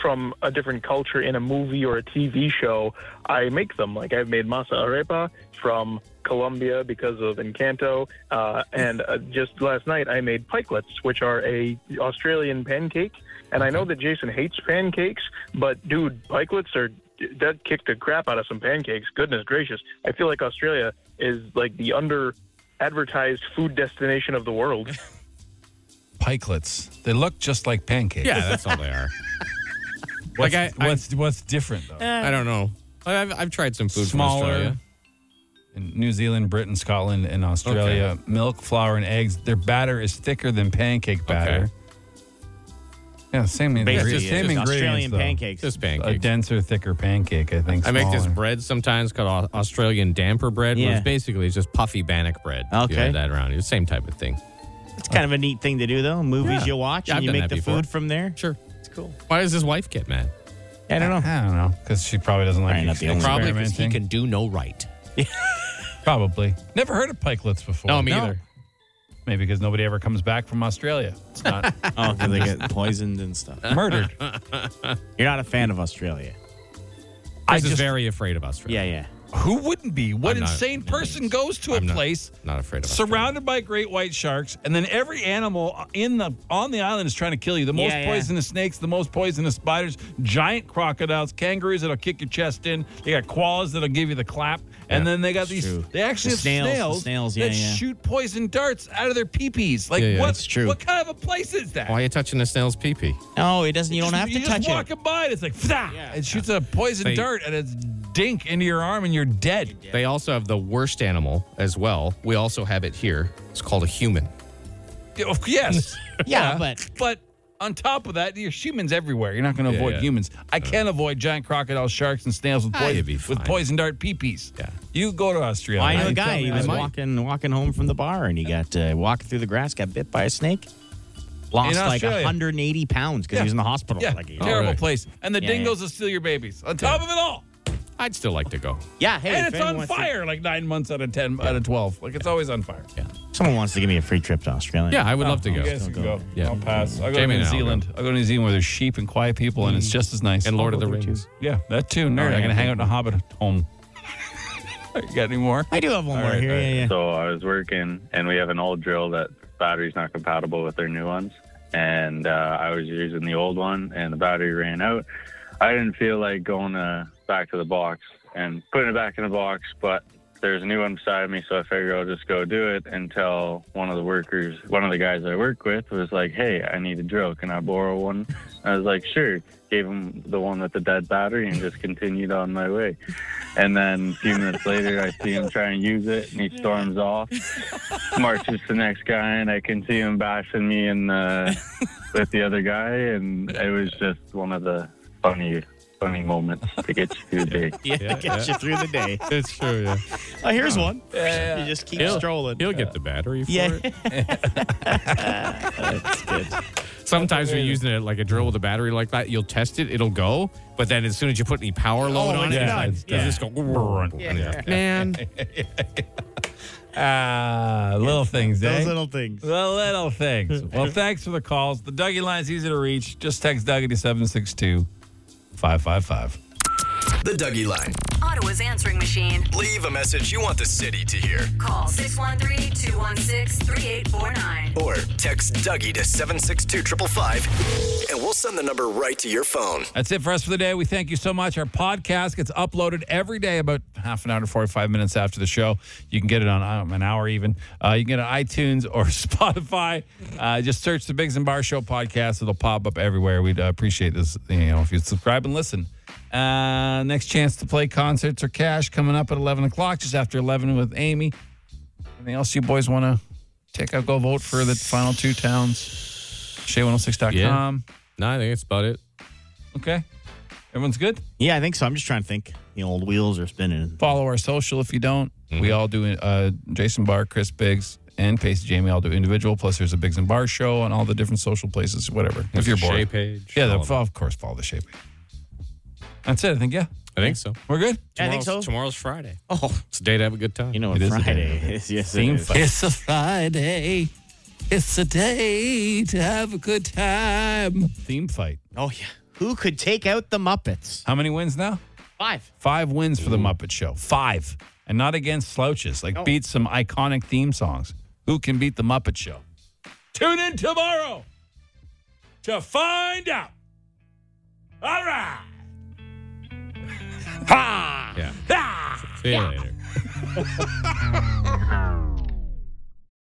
Speaker 16: from a different culture in a movie or a TV show, I make them. Like I've made masa arepa from Colombia because of Encanto. Uh, and uh, just last night, I made pikelets, which are a Australian pancake. And I know that Jason hates pancakes, but dude, pikelets are that kicked the crap out of some pancakes. Goodness gracious! I feel like Australia is like the under advertised food destination of the world.
Speaker 2: Pikelets. They look just like pancakes.
Speaker 4: Yeah, that's all they are.
Speaker 2: What's,
Speaker 4: Like, I- I-
Speaker 2: what's, what's different, though?
Speaker 3: Eh.
Speaker 4: I don't know. I- I've, I've tried some food
Speaker 2: Smaller.
Speaker 4: from Australia.
Speaker 2: In New Zealand, Britain, Scotland, and Australia, milk, flour, and eggs. Their batter is thicker than pancake batter. Yeah, same
Speaker 3: Basically,
Speaker 2: ingredients.
Speaker 3: it's
Speaker 2: Same
Speaker 3: just
Speaker 2: ingredients,
Speaker 3: Australian
Speaker 2: though.
Speaker 3: pancakes.
Speaker 4: Just
Speaker 2: A
Speaker 4: pancakes.
Speaker 2: denser, thicker pancake, I think.
Speaker 4: I make this
Speaker 2: smaller.
Speaker 4: bread sometimes called Au- Australian damper bread, which
Speaker 3: Yeah.
Speaker 4: is basically just puffy bannock bread. You
Speaker 3: Okay.
Speaker 4: add that around, it's the same type of thing.
Speaker 3: It's kind of a neat thing to do, though. Movies
Speaker 4: Yeah.
Speaker 3: you watch
Speaker 4: Yeah, I've
Speaker 3: and you
Speaker 4: done
Speaker 3: make
Speaker 4: that
Speaker 3: the
Speaker 4: before.
Speaker 3: food from there.
Speaker 4: Sure.
Speaker 3: It's cool.
Speaker 4: Why does his wife get mad?
Speaker 3: I don't know.
Speaker 2: I don't know because she probably doesn't like
Speaker 3: Probably not the
Speaker 2: ex-
Speaker 3: only one.
Speaker 2: experimenting.
Speaker 4: Probably 'cause he can do no right.
Speaker 2: Probably. Never heard of pikelets before.
Speaker 4: No, me either.
Speaker 2: Maybe because nobody ever comes back from Australia. It's not
Speaker 3: Oh, 'cause they get poisoned and stuff.
Speaker 2: murdered.
Speaker 3: You're not a fan of Australia.
Speaker 2: I
Speaker 4: Chris is
Speaker 2: just-
Speaker 4: very afraid of Australia.
Speaker 3: Yeah, yeah.
Speaker 2: Who wouldn't be? What
Speaker 4: I'm not-
Speaker 2: insane person goes to a
Speaker 4: I'm not-
Speaker 2: place
Speaker 4: Not afraid of Australia.
Speaker 2: surrounded by great white sharks, and then every animal in the on the island is trying to kill you. The most
Speaker 3: Yeah, yeah.
Speaker 2: poisonous snakes, the most poisonous spiders, giant crocodiles, kangaroos that'll kick your chest in. They got koalas that'll give you the clap, and
Speaker 3: Yeah,
Speaker 2: then they got
Speaker 3: it's
Speaker 2: these.
Speaker 3: true.
Speaker 2: They actually
Speaker 3: The
Speaker 2: have
Speaker 3: snails,
Speaker 2: snails,
Speaker 3: the snails, yeah,
Speaker 2: that
Speaker 3: yeah.
Speaker 2: shoot poison darts out of their peepees. Like
Speaker 4: Yeah, yeah,
Speaker 2: what?
Speaker 4: it's true.
Speaker 2: What kind of a place is that?
Speaker 4: Why are you touching a snail's pee pee?
Speaker 3: No, it doesn't. You don't have to
Speaker 2: just
Speaker 3: touch it.
Speaker 2: walking by, and it's like, "Fzah!" it shoots a poison
Speaker 4: They-
Speaker 2: dart and it's dink into your arm, and you're dead.
Speaker 4: They also have the worst animal as well. We also have it here. It's called a human.
Speaker 2: Yeah, of- Yes.
Speaker 3: Yeah, but-
Speaker 2: but on top of that, there's humans everywhere. You're not going to
Speaker 4: Yeah,
Speaker 2: avoid
Speaker 4: yeah.
Speaker 2: humans.
Speaker 3: Uh.
Speaker 2: I can't avoid giant crocodile sharks and snails with
Speaker 4: Ah,
Speaker 2: poison,
Speaker 4: you'd be
Speaker 2: with
Speaker 4: fine.
Speaker 2: poison dart peepees.
Speaker 4: Yeah.
Speaker 2: You go to Australia.
Speaker 3: I knew
Speaker 2: right?
Speaker 3: a guy. He
Speaker 4: I
Speaker 3: was
Speaker 4: might.
Speaker 3: walking walking home from the bar, and he got uh, walking through the grass, got bit by a snake, lost like
Speaker 2: Australia.
Speaker 3: 180 pounds because
Speaker 2: Yeah.
Speaker 3: he was in the hospital.
Speaker 2: Yeah,
Speaker 3: Like,
Speaker 2: terrible
Speaker 4: Alright.
Speaker 2: place. And the
Speaker 3: Yeah,
Speaker 2: dingoes will steal your babies. On top of it all.
Speaker 4: I'd still like to go.
Speaker 3: yeah. Hey,
Speaker 2: and it's
Speaker 3: if anyone
Speaker 2: on
Speaker 3: wants to-
Speaker 2: fire like nine months out of 10, out of 12. Like, it's always on fire. Yeah.
Speaker 3: someone wants to give me a free trip to Australia.
Speaker 4: Yeah, I would love to
Speaker 2: Oh, You
Speaker 4: go.
Speaker 2: guys can go.
Speaker 4: Yeah.
Speaker 2: I'll pass. I'll go
Speaker 4: Jamie
Speaker 2: to New
Speaker 4: and I will go.
Speaker 2: Zealand. I'll go to New Zealand where there's sheep and quiet people, and it's just as nice.
Speaker 4: And Lord of the
Speaker 3: I'll go too.
Speaker 4: Rings.
Speaker 2: Yeah, that too. Nerd.
Speaker 3: Alright.
Speaker 2: I'm going to hang out in a hobbit home. you got any more?
Speaker 3: I do have one more
Speaker 2: right,
Speaker 3: here.
Speaker 2: all
Speaker 3: yeah, yeah.
Speaker 17: So I was working, and we have an old drill that battery's not compatible with their new ones. And uh, I was using the old one, and the battery ran out. I didn't feel like going uh, back to the box and putting it back in the box, but there's a new one beside me, so I figured I'll just go do it until one of the workers, one of the guys I work with, was like, "Hey, I need a drill. Can I borrow one?" I was like, "Sure." Gave him the one with the dead battery and just continued on my way. And then a few minutes later, I see him trying to use it, and he storms off, marches to the next guy, and I can see him bashing me and uh, with the other guy, and it was just one of the funny, funny moments to get you through the day.
Speaker 3: Yeah, it gets you through the day.
Speaker 4: It's true, yeah.
Speaker 3: Oh, here's one.
Speaker 2: yeah.
Speaker 3: You just keep
Speaker 4: He'll-
Speaker 3: strolling.
Speaker 4: He'll get the battery for
Speaker 3: Yeah.
Speaker 4: it. Sometimes when you're using it like a drill with a battery like that, you'll test it, it'll go. But then as soon as you put any power
Speaker 3: Oh,
Speaker 4: load on it,
Speaker 2: yeah,
Speaker 4: it's
Speaker 2: it's
Speaker 4: like, does this go?
Speaker 3: Yeah.
Speaker 4: Man.
Speaker 2: Ah, little things, eh?
Speaker 3: Those little things.
Speaker 2: the little things. Well, thanks for the calls. The Dougie line's easy to reach. Just text Dougie to 762 555.
Speaker 1: The Dougie Line.
Speaker 7: Ottawa's answering machine.
Speaker 1: Leave a message you want the city to hear.
Speaker 7: Call 613 216 3849.
Speaker 1: Or text Dougie to 762 555, and we'll send the number right to your phone.
Speaker 2: That's it for us for the day. We thank you so much. Our podcast gets uploaded every day about half an hour to 45 minutes after the show. You can get it on um, an hour even. Uh, you can get it on iTunes or Spotify. Uh, just search the Biggs and Bar Show podcast. It'll pop up everywhere. We'd uh, appreciate this, you know, if you subscribe and listen. Uh, next chance to play concerts or cash coming up at 11 o'clock, just after 11 with Amy. Anything else you boys want to take out, go vote for the final two towns? Shay106.com.
Speaker 4: No, I think it's about it.
Speaker 2: Okay. Everyone's good?
Speaker 3: Yeah, I think so. I'm just trying to think. The old wheels are spinning.
Speaker 2: follow our social if you don't. We all do. Uh, Jason Barr, Chris Biggs, and Pacey Jamie all do individual. Plus, there's a Biggs and Barr show on all the different social places. Whatever. if you're
Speaker 4: the
Speaker 2: bored,
Speaker 4: Shea page,
Speaker 2: Yeah, the,
Speaker 4: all of them.
Speaker 2: of course, follow the shape. That's it. I think. Yeah,
Speaker 4: I think so.
Speaker 2: we're good.
Speaker 3: I think so.
Speaker 4: Tomorrow's Friday.
Speaker 3: Oh,
Speaker 4: It's a day to have a good time.
Speaker 3: you know,
Speaker 2: It
Speaker 3: it's
Speaker 2: is a
Speaker 3: Friday.
Speaker 2: day.
Speaker 3: Yes, yes, it
Speaker 2: Theme
Speaker 3: is.
Speaker 2: fun. It's
Speaker 3: It's-
Speaker 2: a Friday. It's a day to have a good time. Theme fight.
Speaker 3: Oh yeah. Who could take out the Muppets?
Speaker 2: How many wins now?
Speaker 3: Five.
Speaker 2: Mm-hmm. Five wins for the Muppet Show. Five. and not against slouches. Like
Speaker 6: No.
Speaker 2: beat some iconic theme songs. Who can beat the Muppet Show? Tune in tomorrow to find out. All right. Ha!
Speaker 6: Yeah.
Speaker 2: Ha!
Speaker 6: See you later.